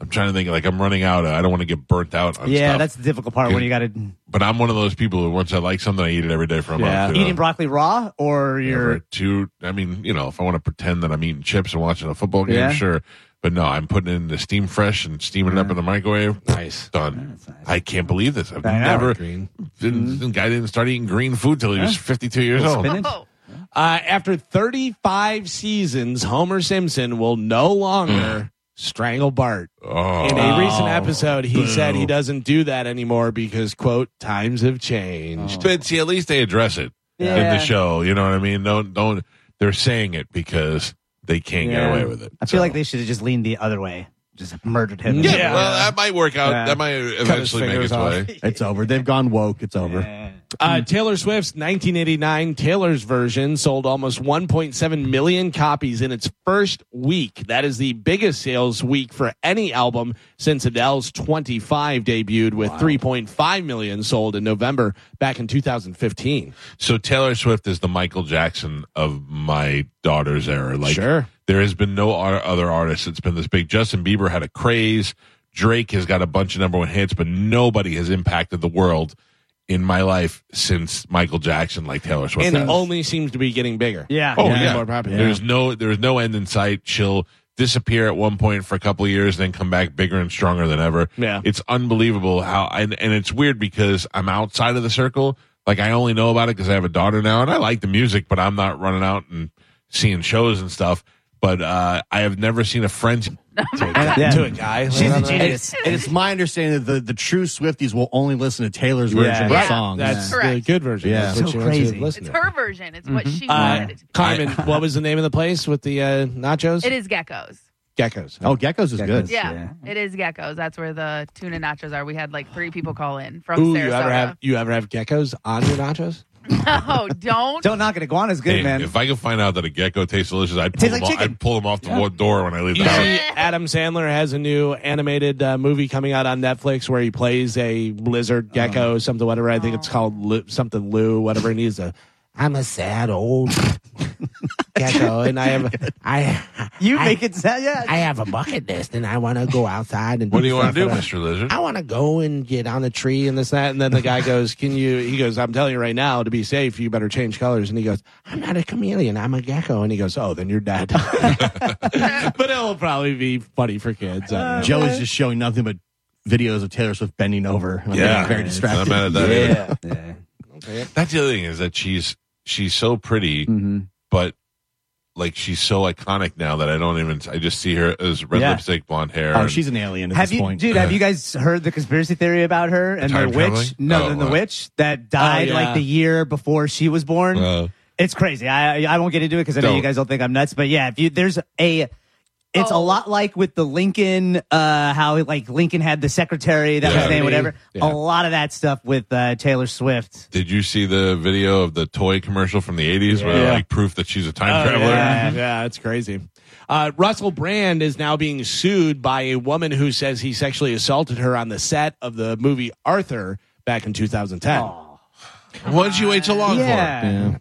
[SPEAKER 2] I'm trying to think like I'm running out. I don't want to get burnt out on
[SPEAKER 4] Yeah,
[SPEAKER 2] stuff.
[SPEAKER 4] that's the difficult part when you got to
[SPEAKER 2] but I'm one of those people who once I like something I eat it every day for a
[SPEAKER 3] Yeah.
[SPEAKER 2] month. you know.
[SPEAKER 4] eating broccoli raw or
[SPEAKER 2] Never
[SPEAKER 4] your
[SPEAKER 2] too I mean, you know, if I want to pretend that I'm eating chips and watching a football game,
[SPEAKER 4] Yeah.
[SPEAKER 2] sure. But no, I'm putting it in the steam fresh and steaming it up in the microwave. Nice. Done. I can't believe this. I've
[SPEAKER 4] I know.
[SPEAKER 2] never
[SPEAKER 3] Green.
[SPEAKER 2] didn't, the guy didn't start eating green food till he was 52 years old.
[SPEAKER 4] spinach.
[SPEAKER 6] Oh,
[SPEAKER 3] Uh, after 35 seasons, Homer Simpson will no longer strangle Bart.
[SPEAKER 2] Oh.
[SPEAKER 3] In a recent
[SPEAKER 4] Oh.
[SPEAKER 3] episode, he said he doesn't do that anymore because, quote, times have changed.
[SPEAKER 2] But see, at least they address it in
[SPEAKER 4] Yeah.
[SPEAKER 2] the show. You know what I mean? Don't don't. They're saying it because they can't get
[SPEAKER 4] Yeah.
[SPEAKER 2] away with it.
[SPEAKER 4] I feel
[SPEAKER 2] So,
[SPEAKER 4] like they should have just leaned the other way. just murdered him.
[SPEAKER 3] Yeah.
[SPEAKER 2] Well, that might work out.
[SPEAKER 4] Yeah.
[SPEAKER 2] That might eventually make
[SPEAKER 3] fingers
[SPEAKER 2] its
[SPEAKER 3] off.
[SPEAKER 2] way.
[SPEAKER 5] It's over. They've gone woke. It's over.
[SPEAKER 3] Uh,
[SPEAKER 4] Hmm.
[SPEAKER 3] Taylor Swift's 1989 Taylor's version sold almost 1.7 million copies in its first week. That is the biggest sales week for any album since Adele's 25 debuted with 3.5 million sold in November back in 2015.
[SPEAKER 2] So Taylor Swift is the Michael Jackson of my daughter's era. Like,
[SPEAKER 3] Sure.
[SPEAKER 2] there has been no ar- other artist that's been this big. Justin Bieber had a craze. Drake has got a bunch of number one hits, but nobody has impacted the world in my life since Michael Jackson, like Taylor Swift.
[SPEAKER 3] And
[SPEAKER 2] has.
[SPEAKER 3] it only seems to be getting bigger.
[SPEAKER 4] Yeah.
[SPEAKER 2] Oh
[SPEAKER 3] Yeah.
[SPEAKER 2] yeah,
[SPEAKER 3] More popular.
[SPEAKER 2] There's no there's no end in sight. She'll disappear at one point for a couple of years, then come back bigger and stronger than ever.
[SPEAKER 3] Yeah.
[SPEAKER 2] it's unbelievable how and and it's weird because I'm outside of the circle. Like I only know about it because I have a daughter now, and I like the music, but I'm not running out and seeing shows and stuff. But uh, I have never seen a friend.
[SPEAKER 4] Yeah.
[SPEAKER 3] To a guy.
[SPEAKER 4] She's a
[SPEAKER 5] And
[SPEAKER 4] genius.
[SPEAKER 5] it's, and it's my understanding that the, the true Swifties will only listen to Taylor's
[SPEAKER 4] Yeah.
[SPEAKER 5] version of the
[SPEAKER 6] Yeah.
[SPEAKER 5] song.
[SPEAKER 3] That's the
[SPEAKER 6] Correct.
[SPEAKER 3] good version.
[SPEAKER 5] Yeah.
[SPEAKER 3] That's
[SPEAKER 4] So
[SPEAKER 3] what she wants you to
[SPEAKER 4] crazy.
[SPEAKER 3] listen
[SPEAKER 6] It's
[SPEAKER 3] to.
[SPEAKER 6] her version. It's what she
[SPEAKER 3] Uh,
[SPEAKER 6] wanted it to be.
[SPEAKER 3] Carmen, what was the name of the place with the uh, nachos?
[SPEAKER 6] It is geckos.
[SPEAKER 3] Geckos.
[SPEAKER 5] Oh, Geckos is good.
[SPEAKER 6] Yeah,
[SPEAKER 4] Yeah.
[SPEAKER 6] it is geckos. That's where the tuna nachos are. We had like three people call in from
[SPEAKER 3] Ooh, you
[SPEAKER 6] Sarasota.
[SPEAKER 3] ever have you ever have geckos on your nachos?
[SPEAKER 6] no, don't.
[SPEAKER 4] Don't knock it. Iguana's good,
[SPEAKER 2] Hey,
[SPEAKER 4] man.
[SPEAKER 2] if I could find out that a gecko tastes delicious, I'd pull,
[SPEAKER 4] tastes
[SPEAKER 2] them,
[SPEAKER 4] like
[SPEAKER 2] off,
[SPEAKER 4] chicken.
[SPEAKER 2] I'd pull them off the wo- door when I leave
[SPEAKER 3] You
[SPEAKER 2] the house.
[SPEAKER 3] see, Adam Sandler has a new animated uh, movie coming out on Netflix where he plays a lizard gecko, something whatever. I think it's called Lu- something Lou, whatever. And he's a, I'm a sad old gecko, and I have, a- I,
[SPEAKER 4] you
[SPEAKER 3] I-
[SPEAKER 4] make it sound, yeah.
[SPEAKER 3] I have a bucket list, and I want to go outside and.
[SPEAKER 2] What do you want to do,
[SPEAKER 3] stuff.
[SPEAKER 2] Mister Lizard?
[SPEAKER 3] I want to go and get on a tree and this that. And then the guy goes, "Can you?" He goes, "I'm telling you right now, to be safe, you better change colors." And he goes, "I'm not a chameleon. I'm a gecko." And he goes, "Oh, then you're dead." but it'll probably be funny for kids. Uh, I
[SPEAKER 2] Uh,
[SPEAKER 3] don't know.
[SPEAKER 5] Joe is just showing nothing but videos of Taylor Swift bending over. I'm
[SPEAKER 2] Yeah.
[SPEAKER 5] getting very
[SPEAKER 2] I'm
[SPEAKER 5] distracted.
[SPEAKER 2] mad at that. either.
[SPEAKER 4] yeah.
[SPEAKER 2] That's the other thing is that she's she's so pretty, but like she's so iconic now that I don't even I just see her as red
[SPEAKER 4] Yeah.
[SPEAKER 2] lipstick, blonde hair.
[SPEAKER 5] Oh,
[SPEAKER 2] and-
[SPEAKER 5] she's an alien at
[SPEAKER 4] Have
[SPEAKER 5] this
[SPEAKER 4] you,
[SPEAKER 5] point. uh,
[SPEAKER 4] dude? Have you guys heard the conspiracy theory about her and the
[SPEAKER 2] time
[SPEAKER 4] witch?
[SPEAKER 2] traveling?
[SPEAKER 4] No,
[SPEAKER 2] Oh,
[SPEAKER 4] than the
[SPEAKER 2] uh,
[SPEAKER 4] witch that died
[SPEAKER 3] Oh, yeah.
[SPEAKER 4] like the year before she was born.
[SPEAKER 2] Uh,
[SPEAKER 4] It's crazy. I I won't get into it because I know
[SPEAKER 2] Don't.
[SPEAKER 4] you guys don't think I'm nuts, but yeah, if you there's a it's a
[SPEAKER 6] Oh.
[SPEAKER 4] lot like with the Lincoln, uh, how like Lincoln had the secretary that was
[SPEAKER 2] Yeah.
[SPEAKER 4] his name, whatever.
[SPEAKER 3] Yeah.
[SPEAKER 4] A lot of that stuff with uh, Taylor Swift.
[SPEAKER 2] did you see the video of the toy commercial from the '80s where
[SPEAKER 3] Yeah.
[SPEAKER 2] they're like proof that she's a time traveler?
[SPEAKER 4] yeah.
[SPEAKER 3] Oh, Yeah, it's crazy. Uh, Russell Brand is now being sued by a woman who says he sexually assaulted her on the set of the movie Arthur back in 2010.
[SPEAKER 2] What'd you wait so long
[SPEAKER 4] yeah.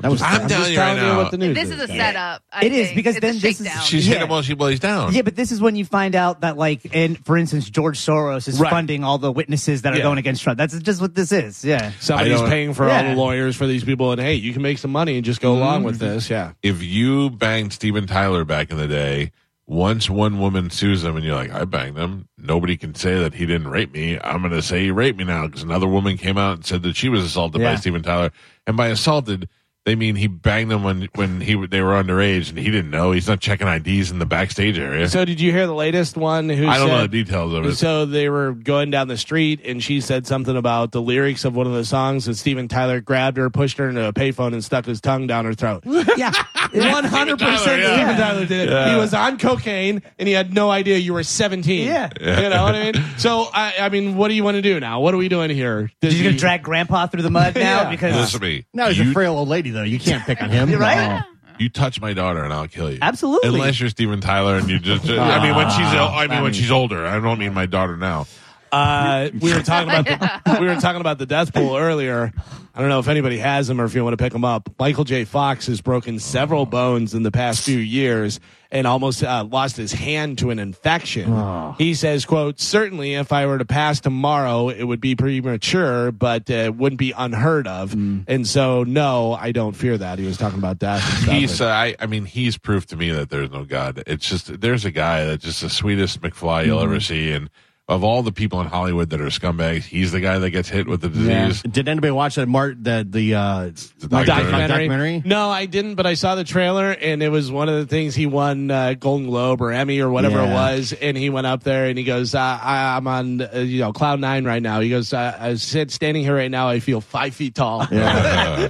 [SPEAKER 5] That was
[SPEAKER 2] for? I'm, telling you right now.
[SPEAKER 3] what the news
[SPEAKER 6] This is a
[SPEAKER 3] Yeah.
[SPEAKER 6] setup. I
[SPEAKER 4] It is,
[SPEAKER 6] think.
[SPEAKER 4] because
[SPEAKER 6] It's a
[SPEAKER 4] then this is-
[SPEAKER 6] shakedown.
[SPEAKER 2] she's hit
[SPEAKER 4] Yeah.
[SPEAKER 2] him while she lays down.
[SPEAKER 4] Yeah, but this is when you find out that, like, and for instance, George Soros is
[SPEAKER 3] Right.
[SPEAKER 4] funding all the witnesses that are
[SPEAKER 3] Yeah.
[SPEAKER 4] going against Trump. That's just what this is. Yeah.
[SPEAKER 3] Somebody's
[SPEAKER 2] I don't-
[SPEAKER 3] paying for all
[SPEAKER 4] Yeah.
[SPEAKER 3] the lawyers for these people, and hey, you can make some money and just go along with
[SPEAKER 2] Mm-hmm.
[SPEAKER 3] this. Yeah.
[SPEAKER 2] If you banged Steven Tyler back in the day. Once one woman sues him and you're like, I banged him, nobody can say that he didn't rape me. I'm going to say he raped me now because another woman came out and said that she was assaulted by
[SPEAKER 4] Yeah.
[SPEAKER 2] Steven Tyler. And by assaulted, they mean he banged them when, when he they were underage and he didn't know. He's not checking IDs in the backstage area.
[SPEAKER 3] So did you hear the latest one? Who
[SPEAKER 2] I don't know the
[SPEAKER 3] said,
[SPEAKER 2] details of it.
[SPEAKER 3] So they were going down the street, and she said something about the lyrics of one of the songs, and Steven Tyler grabbed her, pushed her into a payphone, and stuck his tongue down her throat.
[SPEAKER 4] Yeah.
[SPEAKER 3] One hundred percent,
[SPEAKER 2] Steven Tyler, yeah.
[SPEAKER 3] Steven Tyler did it.
[SPEAKER 2] Yeah.
[SPEAKER 3] He was on cocaine, and he had no idea you were seventeen.
[SPEAKER 4] Yeah.
[SPEAKER 3] you know what I mean. So I, I mean, what do you want to do now? What are we doing here? Does
[SPEAKER 4] You're going
[SPEAKER 3] he-
[SPEAKER 4] to drag grandpa through the mud now
[SPEAKER 3] Yeah.
[SPEAKER 4] because.
[SPEAKER 2] Listen to me.
[SPEAKER 5] No, he's
[SPEAKER 2] you,
[SPEAKER 5] a frail old lady though. You can't pick on him.
[SPEAKER 4] You're right.
[SPEAKER 5] No.
[SPEAKER 2] you touch my daughter and I'll kill you.
[SPEAKER 4] Absolutely.
[SPEAKER 2] Unless you're Steven Tyler and you just. I mean, when she's I mean, when she's older. I don't mean my daughter now.
[SPEAKER 3] Uh, we were talking about the, we were talking about the death pool earlier. I don't know if anybody has him or if you want to pick him up. Michael J. Fox has broken several bones in the past few years and almost uh, lost his hand to an infection. He says, "quote Certainly, if I were to pass tomorrow, it would be premature, but uh, it wouldn't be unheard of. And so, no, I don't fear that." He was talking about death. And stuff.
[SPEAKER 2] He's, uh, I, I mean, he's
[SPEAKER 5] Mm-hmm.
[SPEAKER 2] proof to me that there's no God. It's just, there's a guy that's just the sweetest McFly you'll ever see. And of all the people in Hollywood that are scumbags, he's the guy that gets hit with the disease.
[SPEAKER 5] Did anybody watch that Mart that the uh
[SPEAKER 2] The
[SPEAKER 5] documentary. Documentary?
[SPEAKER 3] No, I didn't, but I saw the trailer, and it was one of the things he won uh, Golden Globe or Emmy or whatever it
[SPEAKER 5] Yeah.
[SPEAKER 3] was. And he went up there and he goes, uh, I, "I'm on, uh, you know, cloud nine right now." He goes, uh, "I sit standing here right now, I feel five feet tall."
[SPEAKER 2] Uh,
[SPEAKER 3] Which I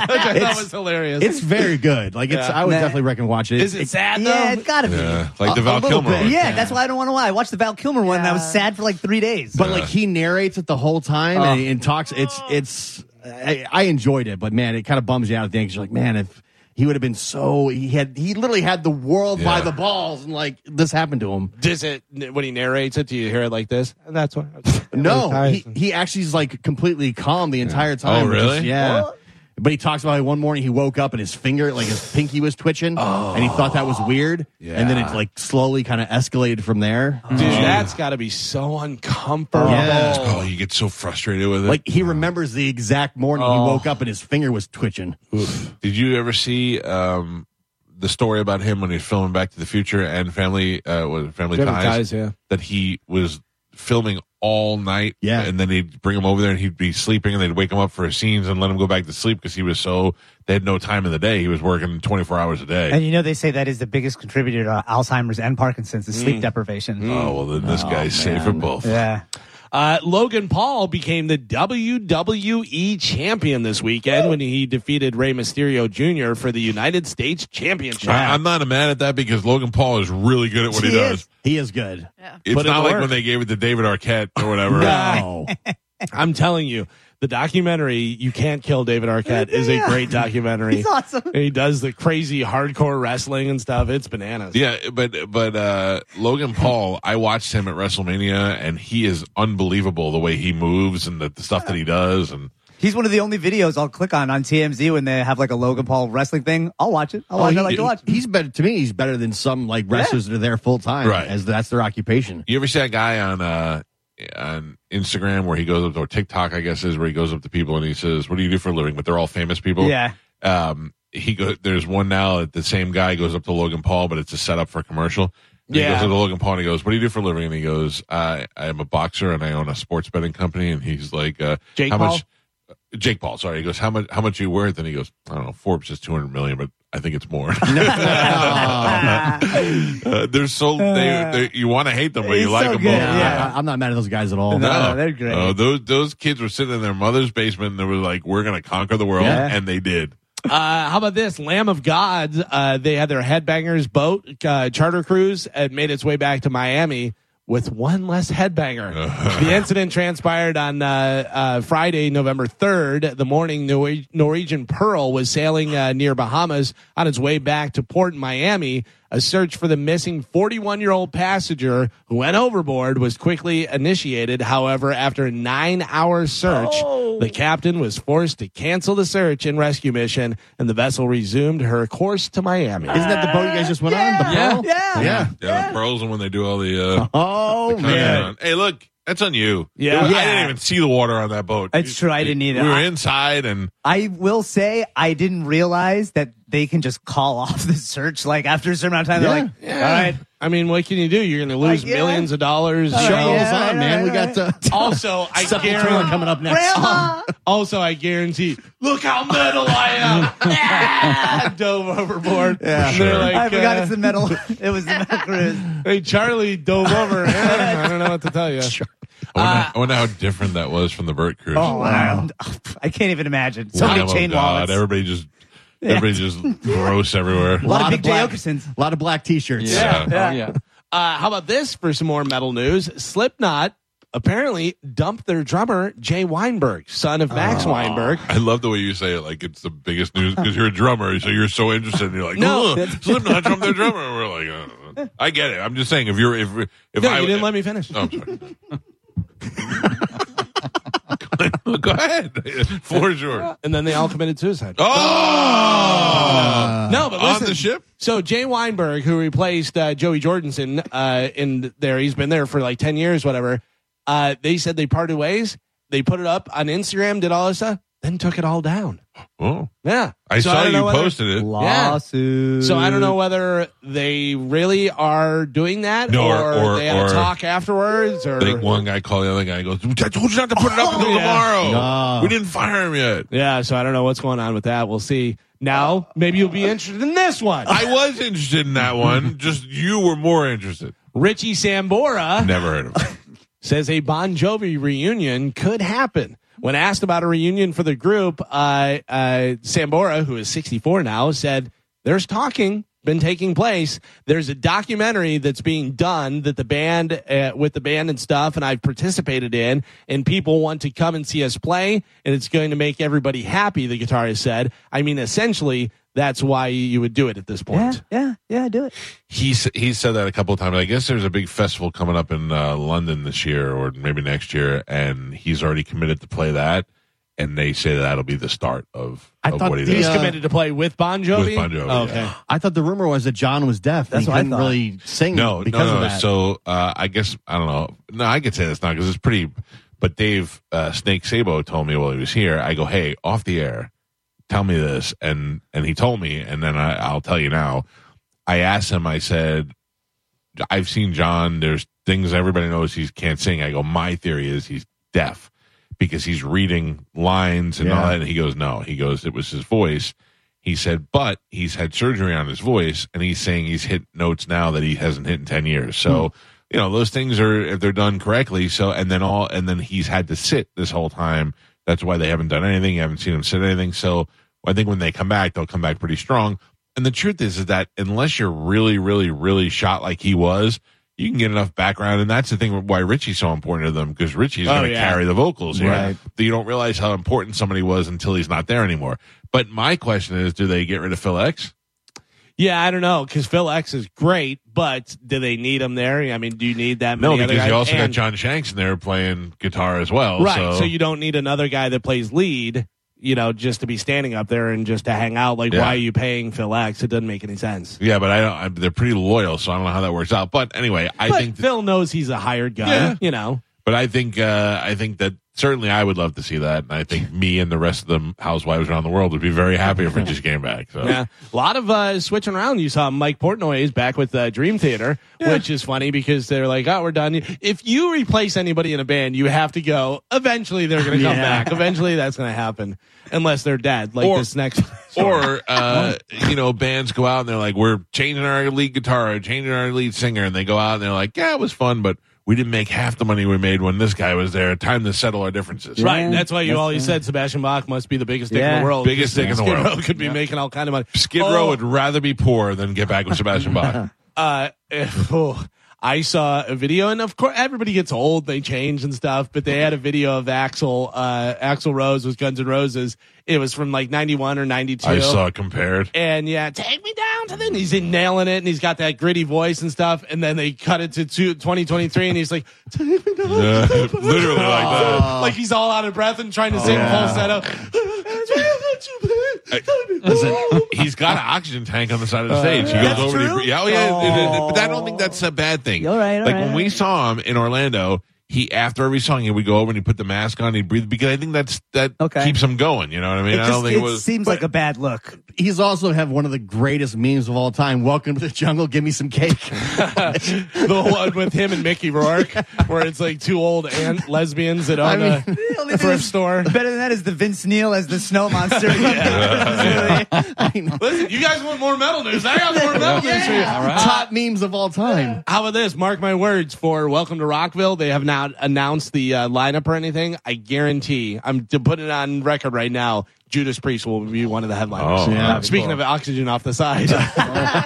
[SPEAKER 3] thought
[SPEAKER 5] It's-
[SPEAKER 3] was hilarious.
[SPEAKER 5] it's very good. Like it's I would
[SPEAKER 4] Nah.
[SPEAKER 5] definitely recommend watch it.
[SPEAKER 3] Is it sad though?
[SPEAKER 4] Yeah, it's gotta be.
[SPEAKER 2] yeah, like the
[SPEAKER 5] A-
[SPEAKER 2] Val
[SPEAKER 5] a little
[SPEAKER 2] Kilmer.
[SPEAKER 5] bit.
[SPEAKER 2] one.
[SPEAKER 4] Yeah, that's why I don't want to lie. I watched the Val Kilmer one and I was
[SPEAKER 6] Yeah.
[SPEAKER 4] sad for like three days.
[SPEAKER 5] But like he narrates it the whole time and, and talks. It's it's. I, I enjoyed it, but man, it kind of bums you out at the end 'cause you're like, man, if he would have been so he had he literally had the world by
[SPEAKER 2] Yeah.
[SPEAKER 5] the balls and like this happened to him.
[SPEAKER 3] Does it when he narrates it? Do you hear it like this? And that's why.
[SPEAKER 5] No, he, he actually is like completely calm the entire time.
[SPEAKER 2] Oh, really?
[SPEAKER 5] Just- yeah. But he talks about how one morning he woke up and his finger, like his pinky, was twitching, and he thought that
[SPEAKER 2] Oh.
[SPEAKER 5] was weird. And then it like slowly kind of escalated from there.
[SPEAKER 3] Dude, that's got to be so uncomfortable.
[SPEAKER 5] Yeah.
[SPEAKER 2] Oh, you get so frustrated with it.
[SPEAKER 5] Like he remembers the exact morning
[SPEAKER 3] Oh.
[SPEAKER 5] he woke up and his finger was twitching.
[SPEAKER 2] Did you ever see um, the story about him when he was filming Back to the Future and Family uh, was it Family
[SPEAKER 3] Family
[SPEAKER 2] Ties?
[SPEAKER 3] Ties, yeah.
[SPEAKER 2] That he was filming all night.
[SPEAKER 5] Yeah.
[SPEAKER 2] And then they'd bring him over there and he'd be sleeping and they'd wake him up for his scenes and let him go back to sleep because he was so, they had no time in the day. He was working 24 hours a day.
[SPEAKER 4] and you know they say that is the biggest contributor to Alzheimer's and Parkinson's is sleep deprivation.
[SPEAKER 2] oh, well, then this guy's safe for both.
[SPEAKER 4] Yeah.
[SPEAKER 3] Uh, Logan Paul became the WWE champion this weekend when he defeated Rey Mysterio Jr. for the United States Championship.
[SPEAKER 4] Uh-huh.
[SPEAKER 2] I, am not mad at that because Logan Paul is really good at what he, does.
[SPEAKER 5] is. He is good.
[SPEAKER 2] It's
[SPEAKER 5] Put in
[SPEAKER 2] not
[SPEAKER 5] the
[SPEAKER 2] like
[SPEAKER 5] work.
[SPEAKER 2] when they gave it to David Arquette or whatever.
[SPEAKER 3] Oh,
[SPEAKER 5] No.
[SPEAKER 3] I'm telling you, the documentary "You Can't Kill David Arquette" is a
[SPEAKER 4] Yeah.
[SPEAKER 3] great documentary.
[SPEAKER 4] He's awesome.
[SPEAKER 3] And He does the crazy hardcore wrestling and stuff. It's bananas.
[SPEAKER 2] Yeah, but but uh, Logan Paul, I watched him at WrestleMania, and he is unbelievable the way he moves and the, the stuff that he does. And
[SPEAKER 4] He's one of the only videos I'll click on on TMZ when they have like a Logan Paul wrestling thing. I'll watch it.
[SPEAKER 2] Oh,
[SPEAKER 4] I'll watch it. I like to watch it.
[SPEAKER 5] Oh, He's better to me. He's better than some like wrestlers that are there full time,
[SPEAKER 2] Right.
[SPEAKER 5] As that's their occupation.
[SPEAKER 2] you ever see that guy on uh, on Instagram where he goes up to or TikTok, I guess is where he goes up to people and he says, "What do you do for a living?" But they're all famous people.
[SPEAKER 4] Yeah.
[SPEAKER 2] Um, he go, there's one now that the same guy goes up to Logan Paul, but it's a setup for a commercial. And He
[SPEAKER 3] Yeah.
[SPEAKER 2] goes up to Logan Paul and he goes, "What do you do for a living?" And he goes, "I I am a boxer and I own a sports betting company." And he's like, uh,
[SPEAKER 3] Jake
[SPEAKER 2] "How
[SPEAKER 3] Paul?
[SPEAKER 2] much?" Uh, Jake Paul, sorry. He goes, "How much? How much are you worth?" And he goes, "I don't know. Forbes is two hundred million, but I think it's more." uh, they're so they, they, you want to hate them, but
[SPEAKER 4] He's
[SPEAKER 2] you like
[SPEAKER 4] Uh, so
[SPEAKER 2] them
[SPEAKER 4] good,
[SPEAKER 2] both.
[SPEAKER 4] Yeah.
[SPEAKER 5] I, am not mad at those guys at all.
[SPEAKER 4] No. Oh, they're great.
[SPEAKER 2] No, Uh, those those kids were sitting in their mother's basement and they were like, "We're gonna conquer the world,"
[SPEAKER 4] Yeah.
[SPEAKER 2] and they did.
[SPEAKER 3] Uh, how about this? Lamb of God. Uh, they had their headbangers boat uh, charter cruise and made its way back to Miami with one less headbanger. the incident transpired on uh, uh, Friday, November 3rd. The morning, Nor- Norwegian Pearl was sailing uh, near Bahamas on its way back to port in Miami. A search for the missing 41 year old passenger who went overboard was quickly initiated. However, after a nine hour search, the captain was forced to cancel the search and rescue mission, and the vessel resumed her course to Miami.
[SPEAKER 5] Isn't that the boat you guys just went on? The
[SPEAKER 3] Yeah.
[SPEAKER 5] Pearl?
[SPEAKER 4] Yeah.
[SPEAKER 5] Yeah.
[SPEAKER 2] Yeah, the pearls and when they do all the uh,
[SPEAKER 5] Oh
[SPEAKER 2] Turn it
[SPEAKER 5] man.
[SPEAKER 2] on. Hey, look, that's on you.
[SPEAKER 3] Yeah.
[SPEAKER 2] I
[SPEAKER 3] Yeah.
[SPEAKER 2] didn't even see the water on that boat.
[SPEAKER 4] It's true, I didn't either.
[SPEAKER 2] We were
[SPEAKER 4] I-
[SPEAKER 2] inside, and
[SPEAKER 4] I will say I didn't realize that they can just call off the search like after a certain amount of time. They're like, all right,
[SPEAKER 3] I mean, what can you do? You're going to lose
[SPEAKER 4] Like, yeah.
[SPEAKER 3] millions of dollars.
[SPEAKER 5] Show
[SPEAKER 4] Yeah,
[SPEAKER 5] us
[SPEAKER 4] right,
[SPEAKER 5] on, man. We
[SPEAKER 4] right,
[SPEAKER 5] got the
[SPEAKER 3] Also, I
[SPEAKER 5] Sepultura
[SPEAKER 3] guarantee.
[SPEAKER 5] coming up next.
[SPEAKER 4] grandma.
[SPEAKER 3] Also, I guarantee. Look how metal I am! Ah, dove overboard. Yeah,
[SPEAKER 2] sure.
[SPEAKER 4] I forgot
[SPEAKER 2] uh,
[SPEAKER 4] it's the metal. it was the metal cruise.
[SPEAKER 3] Hey, Charlie dove over. I don't know what to tell you.
[SPEAKER 2] I wonder, I wonder how different that was from the Burt cruise.
[SPEAKER 4] wow. I can't even imagine. So
[SPEAKER 2] Lamb
[SPEAKER 4] many
[SPEAKER 2] of
[SPEAKER 4] Oh, chain
[SPEAKER 2] oh, God,
[SPEAKER 4] wallets.
[SPEAKER 2] Everybody just, everybody just gross everywhere.
[SPEAKER 4] a lot of big Jay
[SPEAKER 5] black,
[SPEAKER 4] Okersons.
[SPEAKER 5] a lot of black t-shirts.
[SPEAKER 2] Yeah.
[SPEAKER 3] yeah. Uh, how about this for some more metal news? Slipknot apparently dumped their drummer Jay Weinberg, son of Max
[SPEAKER 2] Oh.
[SPEAKER 3] Weinberg.
[SPEAKER 2] I love the way you say it. Like it's the biggest news because you're a drummer, so you're so interested. And you're like, no,
[SPEAKER 3] No, that's-
[SPEAKER 2] Slipknot drummed their drummer. And we're like, uh, I get it. I'm just saying, if you're if if
[SPEAKER 3] No,
[SPEAKER 2] I
[SPEAKER 3] you didn't let me finish.
[SPEAKER 2] Oh, I'm sorry. Go ahead. For sure.
[SPEAKER 3] And then they all committed suicide.
[SPEAKER 2] Oh,
[SPEAKER 3] no, but
[SPEAKER 2] on
[SPEAKER 3] listen.
[SPEAKER 2] the ship?
[SPEAKER 3] So Jay Weinberg, who replaced uh, Joey Jordison uh, in there, he's been there for like ten years, whatever. Uh, they said they parted ways. They put it up on Instagram, did all this stuff.
[SPEAKER 9] then took it all down.
[SPEAKER 2] Oh,
[SPEAKER 9] Yeah.
[SPEAKER 2] I
[SPEAKER 3] So I
[SPEAKER 2] saw
[SPEAKER 3] don't
[SPEAKER 2] you
[SPEAKER 3] know whether-
[SPEAKER 2] posted it.
[SPEAKER 4] Lawsuit.
[SPEAKER 3] So I don't know whether they really are doing that
[SPEAKER 2] No,
[SPEAKER 3] or,
[SPEAKER 2] or- or-
[SPEAKER 3] they had
[SPEAKER 2] or-
[SPEAKER 3] a talk afterwards or
[SPEAKER 2] I think one guy called the other guy and goes, I told you not to put it up until
[SPEAKER 3] Oh, yeah.
[SPEAKER 2] tomorrow.
[SPEAKER 5] No.
[SPEAKER 2] We didn't fire him yet.
[SPEAKER 3] Yeah, so I don't know what's going on with that. We'll see. Now, maybe you'll be interested in this one.
[SPEAKER 2] I was interested in that one. Just you were more interested.
[SPEAKER 3] Richie Sambora
[SPEAKER 2] Never heard of it.
[SPEAKER 3] says a Bon Jovi reunion could happen. When asked about a reunion for the group, uh, uh, Sambora, who is 64 now, said, There's talking been taking place. There's a documentary that's being done that the band, uh, with the band and stuff, and I've participated in, and people want to come and see us play, and it's going to make everybody happy, the guitarist said. I mean, essentially, that's why you would do it at this
[SPEAKER 4] Yeah,
[SPEAKER 3] point.
[SPEAKER 4] yeah, yeah. Do it.
[SPEAKER 2] He s- he said that a couple of times. I guess there's a big festival coming up in uh, London this year or maybe next year, and he's already committed to play that. And they say that'll be the start of,
[SPEAKER 5] I
[SPEAKER 2] of
[SPEAKER 5] thought
[SPEAKER 2] what he
[SPEAKER 5] the,
[SPEAKER 2] does.
[SPEAKER 3] He's
[SPEAKER 5] uh,
[SPEAKER 3] committed to play with Bon Jovi.
[SPEAKER 2] With Bon Jovi,
[SPEAKER 3] Oh,
[SPEAKER 2] yeah.
[SPEAKER 3] okay.
[SPEAKER 5] I thought the rumor was that John was deaf.
[SPEAKER 4] That's
[SPEAKER 5] and he
[SPEAKER 4] what I
[SPEAKER 5] couldn't
[SPEAKER 4] thought.
[SPEAKER 5] really sing
[SPEAKER 2] no,
[SPEAKER 5] because
[SPEAKER 2] no, no.
[SPEAKER 5] of that.
[SPEAKER 2] So uh, I guess I don't know. No, I could say that's not because it's pretty. But Dave uh, Snake Sabo told me while he was here. I go, hey, off the air, tell me this, and and he told me, and then I, I'll tell you now. I asked him. I said, I've seen John. There's things everybody knows he can't sing. I go, my theory is he's deaf because he's reading lines and all
[SPEAKER 5] Yeah.
[SPEAKER 2] that. And he goes, no. He goes, it was his voice. He said, but he's had surgery on his voice and he's saying he's hit notes now that he hasn't hit in 10 years. So,
[SPEAKER 3] Hmm.
[SPEAKER 2] you know, those things are, if they're done correctly. So, and then all, and then he's had to sit this whole time. That's why they haven't done anything. You haven't seen him sit anything. So I think when they come back, they'll come back pretty strong. And the truth is, is that unless you're really, really, really shot like he was, you can get enough background. And that's the thing why Richie's so important to them because Richie's
[SPEAKER 3] Oh,
[SPEAKER 2] going to
[SPEAKER 3] yeah.
[SPEAKER 2] carry the vocals here.
[SPEAKER 5] Right.
[SPEAKER 2] That you don't realize how important somebody was until he's not there anymore. But my question is, do they get rid of Phil X?
[SPEAKER 3] Yeah, I don't know because Phil X is great, but do they need him there? I mean, do you need that?
[SPEAKER 2] No,
[SPEAKER 3] many other
[SPEAKER 2] because you
[SPEAKER 3] guys?
[SPEAKER 2] also got
[SPEAKER 3] And-
[SPEAKER 2] John Shanks in there playing guitar as well.
[SPEAKER 3] right.
[SPEAKER 2] So,
[SPEAKER 3] So. you don't need another guy that plays lead, you know, just to be standing up there and just to hang out. Like,
[SPEAKER 2] Yeah.
[SPEAKER 3] why are you paying Phil X? It doesn't make any sense.
[SPEAKER 2] yeah, but I don't. I, they're pretty loyal, so I don't know how that works out. But anyway, I
[SPEAKER 3] but
[SPEAKER 2] think. that-
[SPEAKER 3] Phil knows he's a hired guy.
[SPEAKER 2] Yeah.
[SPEAKER 3] You know,
[SPEAKER 2] but I think. Uh, I think that certainly I would love to see that, and I think me and the rest of the housewives around the world would be very happy if it just came back. So.
[SPEAKER 3] yeah. A lot of uh, switching around. You saw Mike Portnoy is back with uh, Dream Theater, which is funny because they're like, "Oh, we're done." If you replace anybody in a band, you have to go. Eventually, they're going to come
[SPEAKER 4] Yeah.
[SPEAKER 3] back. Eventually, that's going to happen, unless they're dead, like
[SPEAKER 2] Or-
[SPEAKER 3] this next.
[SPEAKER 2] Or uh, you know, bands go out and they're like, "We're changing our lead guitar, changing our lead singer," and they go out and they're like, "Yeah, it was fun, but we didn't make half the money we made when this guy was there. Time to settle our differences."
[SPEAKER 3] Right.
[SPEAKER 4] Yeah.
[SPEAKER 3] That's why you
[SPEAKER 4] That's
[SPEAKER 3] always
[SPEAKER 4] right.
[SPEAKER 3] said Sebastian Bach must be the biggest dick in
[SPEAKER 4] Yeah.
[SPEAKER 3] the world.
[SPEAKER 2] Biggest dick in the
[SPEAKER 3] Skid
[SPEAKER 2] world.
[SPEAKER 3] Row could be making all kind of money.
[SPEAKER 2] Skid
[SPEAKER 3] Oh,
[SPEAKER 2] Row would rather be poor than get back with Sebastian Bach.
[SPEAKER 3] Uh, oh, I saw a video, and of course, everybody gets old. They change and stuff. But they had a video of Axel. Uh, Axel Rose was Guns N' Roses. It was from like '91 or '92.
[SPEAKER 2] I saw it compared.
[SPEAKER 3] And yeah, take me down to then. He's in nailing it, and he's got that gritty voice and stuff. And then they cut it to two, 2023, and he's like, "Take me down." to
[SPEAKER 2] Yeah,
[SPEAKER 3] the
[SPEAKER 2] literally like that.
[SPEAKER 3] like he's all out of breath and trying to sing falsetto.
[SPEAKER 2] He's got an oxygen tank on the side of
[SPEAKER 4] Uh,
[SPEAKER 2] the stage. He
[SPEAKER 3] That's
[SPEAKER 2] goes over to
[SPEAKER 3] true?
[SPEAKER 2] yeah, oh, yeah, it- it- but I don't think that's a bad thing.
[SPEAKER 4] All right, all
[SPEAKER 2] like
[SPEAKER 4] right,
[SPEAKER 2] when
[SPEAKER 4] all
[SPEAKER 2] we
[SPEAKER 4] right.
[SPEAKER 2] saw him in Orlando, he after every song he would go over and he put the mask on, he breathe because I think that's that
[SPEAKER 4] Okay.
[SPEAKER 2] keeps him going. You know what I mean?
[SPEAKER 4] It,
[SPEAKER 2] I
[SPEAKER 4] just,
[SPEAKER 2] don't think
[SPEAKER 4] it
[SPEAKER 2] it was.
[SPEAKER 4] seems like a bad look.
[SPEAKER 5] He's also have one of the greatest memes of all time. Welcome to the jungle. Give me some cake.
[SPEAKER 3] the one with him and Mickey Rourke, where it's like two old aunt lesbians that own
[SPEAKER 5] I mean,
[SPEAKER 3] a thrift store.
[SPEAKER 4] Better than that is the Vince Neil as the snow monster. yeah.
[SPEAKER 5] I know.
[SPEAKER 3] Listen, you guys want more metal news? I got more metal news for you.
[SPEAKER 5] Top memes of all time.
[SPEAKER 3] How about this? Mark my words for Welcome to Rockville. They have not announced the uh, lineup or anything. I guarantee. I'm to put it on record right now. Judas Priest will be one of the headliners.
[SPEAKER 2] Oh, Yeah.
[SPEAKER 5] that'd be
[SPEAKER 3] Speaking of oxygen off the side,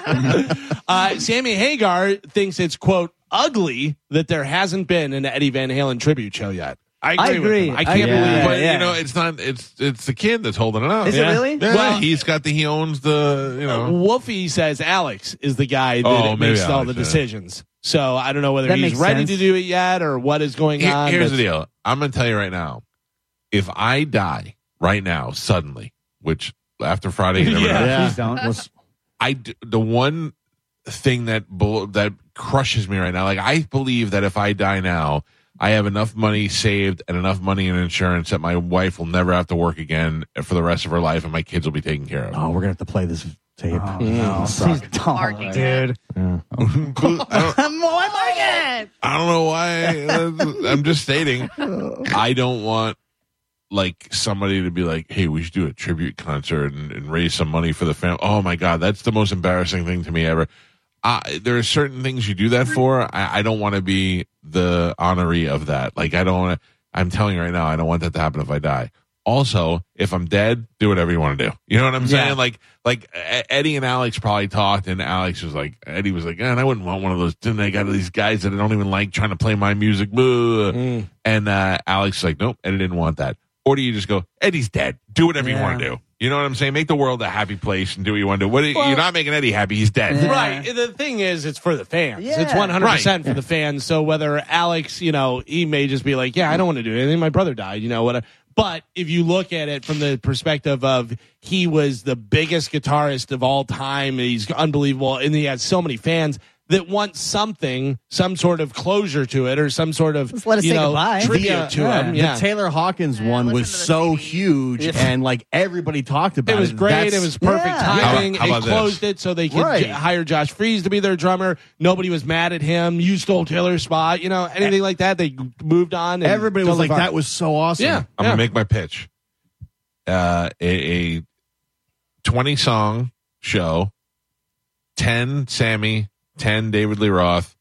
[SPEAKER 3] uh, Sammy Hagar thinks it's quote ugly that there hasn't been an Eddie Van Halen tribute show yet. I agree.
[SPEAKER 4] I
[SPEAKER 3] with
[SPEAKER 4] agree.
[SPEAKER 3] him.
[SPEAKER 4] I
[SPEAKER 3] I can't
[SPEAKER 4] agree.
[SPEAKER 3] believe.
[SPEAKER 4] Yeah,
[SPEAKER 2] but
[SPEAKER 4] yeah.
[SPEAKER 2] you know, it's not. It's it's the kid that's holding it out.
[SPEAKER 4] Is it
[SPEAKER 2] yeah.
[SPEAKER 4] really? Oh
[SPEAKER 2] Yeah,
[SPEAKER 3] Well-
[SPEAKER 2] he's got the. He owns the. You know.
[SPEAKER 3] Wolfie says Alex is the guy that
[SPEAKER 2] Uh-huh. Oh, maybe
[SPEAKER 3] makes all
[SPEAKER 2] Alex,
[SPEAKER 3] the
[SPEAKER 2] yeah.
[SPEAKER 3] decisions. So I don't know whether
[SPEAKER 4] That
[SPEAKER 3] he's
[SPEAKER 4] makes
[SPEAKER 3] ready
[SPEAKER 4] sense.
[SPEAKER 3] to do it yet or what is going
[SPEAKER 2] Here-
[SPEAKER 3] on.
[SPEAKER 2] here's
[SPEAKER 3] but-
[SPEAKER 2] the deal. I'm going to tell you right now. If I die right now suddenly, which after Friday, you never
[SPEAKER 3] Yeah.
[SPEAKER 2] know.
[SPEAKER 5] Yeah.
[SPEAKER 4] Please don't.
[SPEAKER 5] Was-
[SPEAKER 2] I d- the one thing that bel- that crushes me right now, like I believe that if I die now, I have enough money saved and enough money in insurance that my wife will never have to work again for the rest of her life, and my kids will be taken care of.
[SPEAKER 5] Oh, we're gonna have to play this tape.
[SPEAKER 4] She's
[SPEAKER 6] Marking
[SPEAKER 4] tall, dude.
[SPEAKER 6] One market.
[SPEAKER 2] I don't know why. uh, I'm just stating. I don't want like somebody to be like, "Hey, we should do a tribute concert and, and raise some money for the family." Oh my god, that's the most embarrassing thing to me ever. I, there are certain things you do that for. I, I don't want to be the honoree of that. Like I don't want to. I'm telling you right now, I don't want that to happen if I die. Also, if I'm dead, do whatever you want to do. You know what I'm saying?
[SPEAKER 4] Yeah.
[SPEAKER 2] Like, like E- Eddie and Alex probably talked, and Alex was like, Eddie was like, "Man, I wouldn't want one of those. Then they got these guys that I don't even like trying to play my music." Blah. And uh, Alex is like, "Nope, Eddie didn't want that." Or do you just go, "Eddie's dead. Do whatever you
[SPEAKER 4] Yeah.
[SPEAKER 2] want to do." You know what I'm saying? Make the world a happy place and do what you want to do. What are you- you're not making Eddie happy. He's dead.
[SPEAKER 4] Yeah.
[SPEAKER 3] Right. The thing is, it's for the fans.
[SPEAKER 4] Yeah.
[SPEAKER 3] It's 100% for the fans. So whether Alex, you know, he may just be like, yeah, I don't want to do anything. My brother died, you know, whatever. But if you look at it from the perspective of he was the biggest guitarist of all time, he's unbelievable, and he has so many fans that want something, some sort of closure to it or some sort of
[SPEAKER 4] Just let us
[SPEAKER 3] you
[SPEAKER 4] say
[SPEAKER 3] know,
[SPEAKER 4] goodbye.
[SPEAKER 3] tribute
[SPEAKER 4] The, uh,
[SPEAKER 3] to
[SPEAKER 4] yeah.
[SPEAKER 3] him.
[SPEAKER 4] The
[SPEAKER 3] Yeah.
[SPEAKER 5] The Taylor Hawkins
[SPEAKER 6] Yeah,
[SPEAKER 5] one
[SPEAKER 6] listen
[SPEAKER 5] was
[SPEAKER 6] to the
[SPEAKER 5] so
[SPEAKER 6] CD.
[SPEAKER 5] huge, and like everybody talked about
[SPEAKER 3] It
[SPEAKER 5] it.
[SPEAKER 3] was great.
[SPEAKER 5] That's-
[SPEAKER 3] it was perfect
[SPEAKER 4] Yeah.
[SPEAKER 2] How-
[SPEAKER 3] timing.
[SPEAKER 2] how about
[SPEAKER 3] it closed it so they could
[SPEAKER 5] Right.
[SPEAKER 3] j- hire Josh Fries to be their drummer. Nobody was mad at him. You stole Taylor's spot. You know anything like that? They moved on. And
[SPEAKER 5] Everybody was
[SPEAKER 3] Totally
[SPEAKER 5] like,
[SPEAKER 3] fine.
[SPEAKER 5] "That was so awesome."
[SPEAKER 3] Yeah.
[SPEAKER 2] I'm gonna make my pitch. Uh, a, a 20 song show, 10 Sammy, 10 David Lee Roth,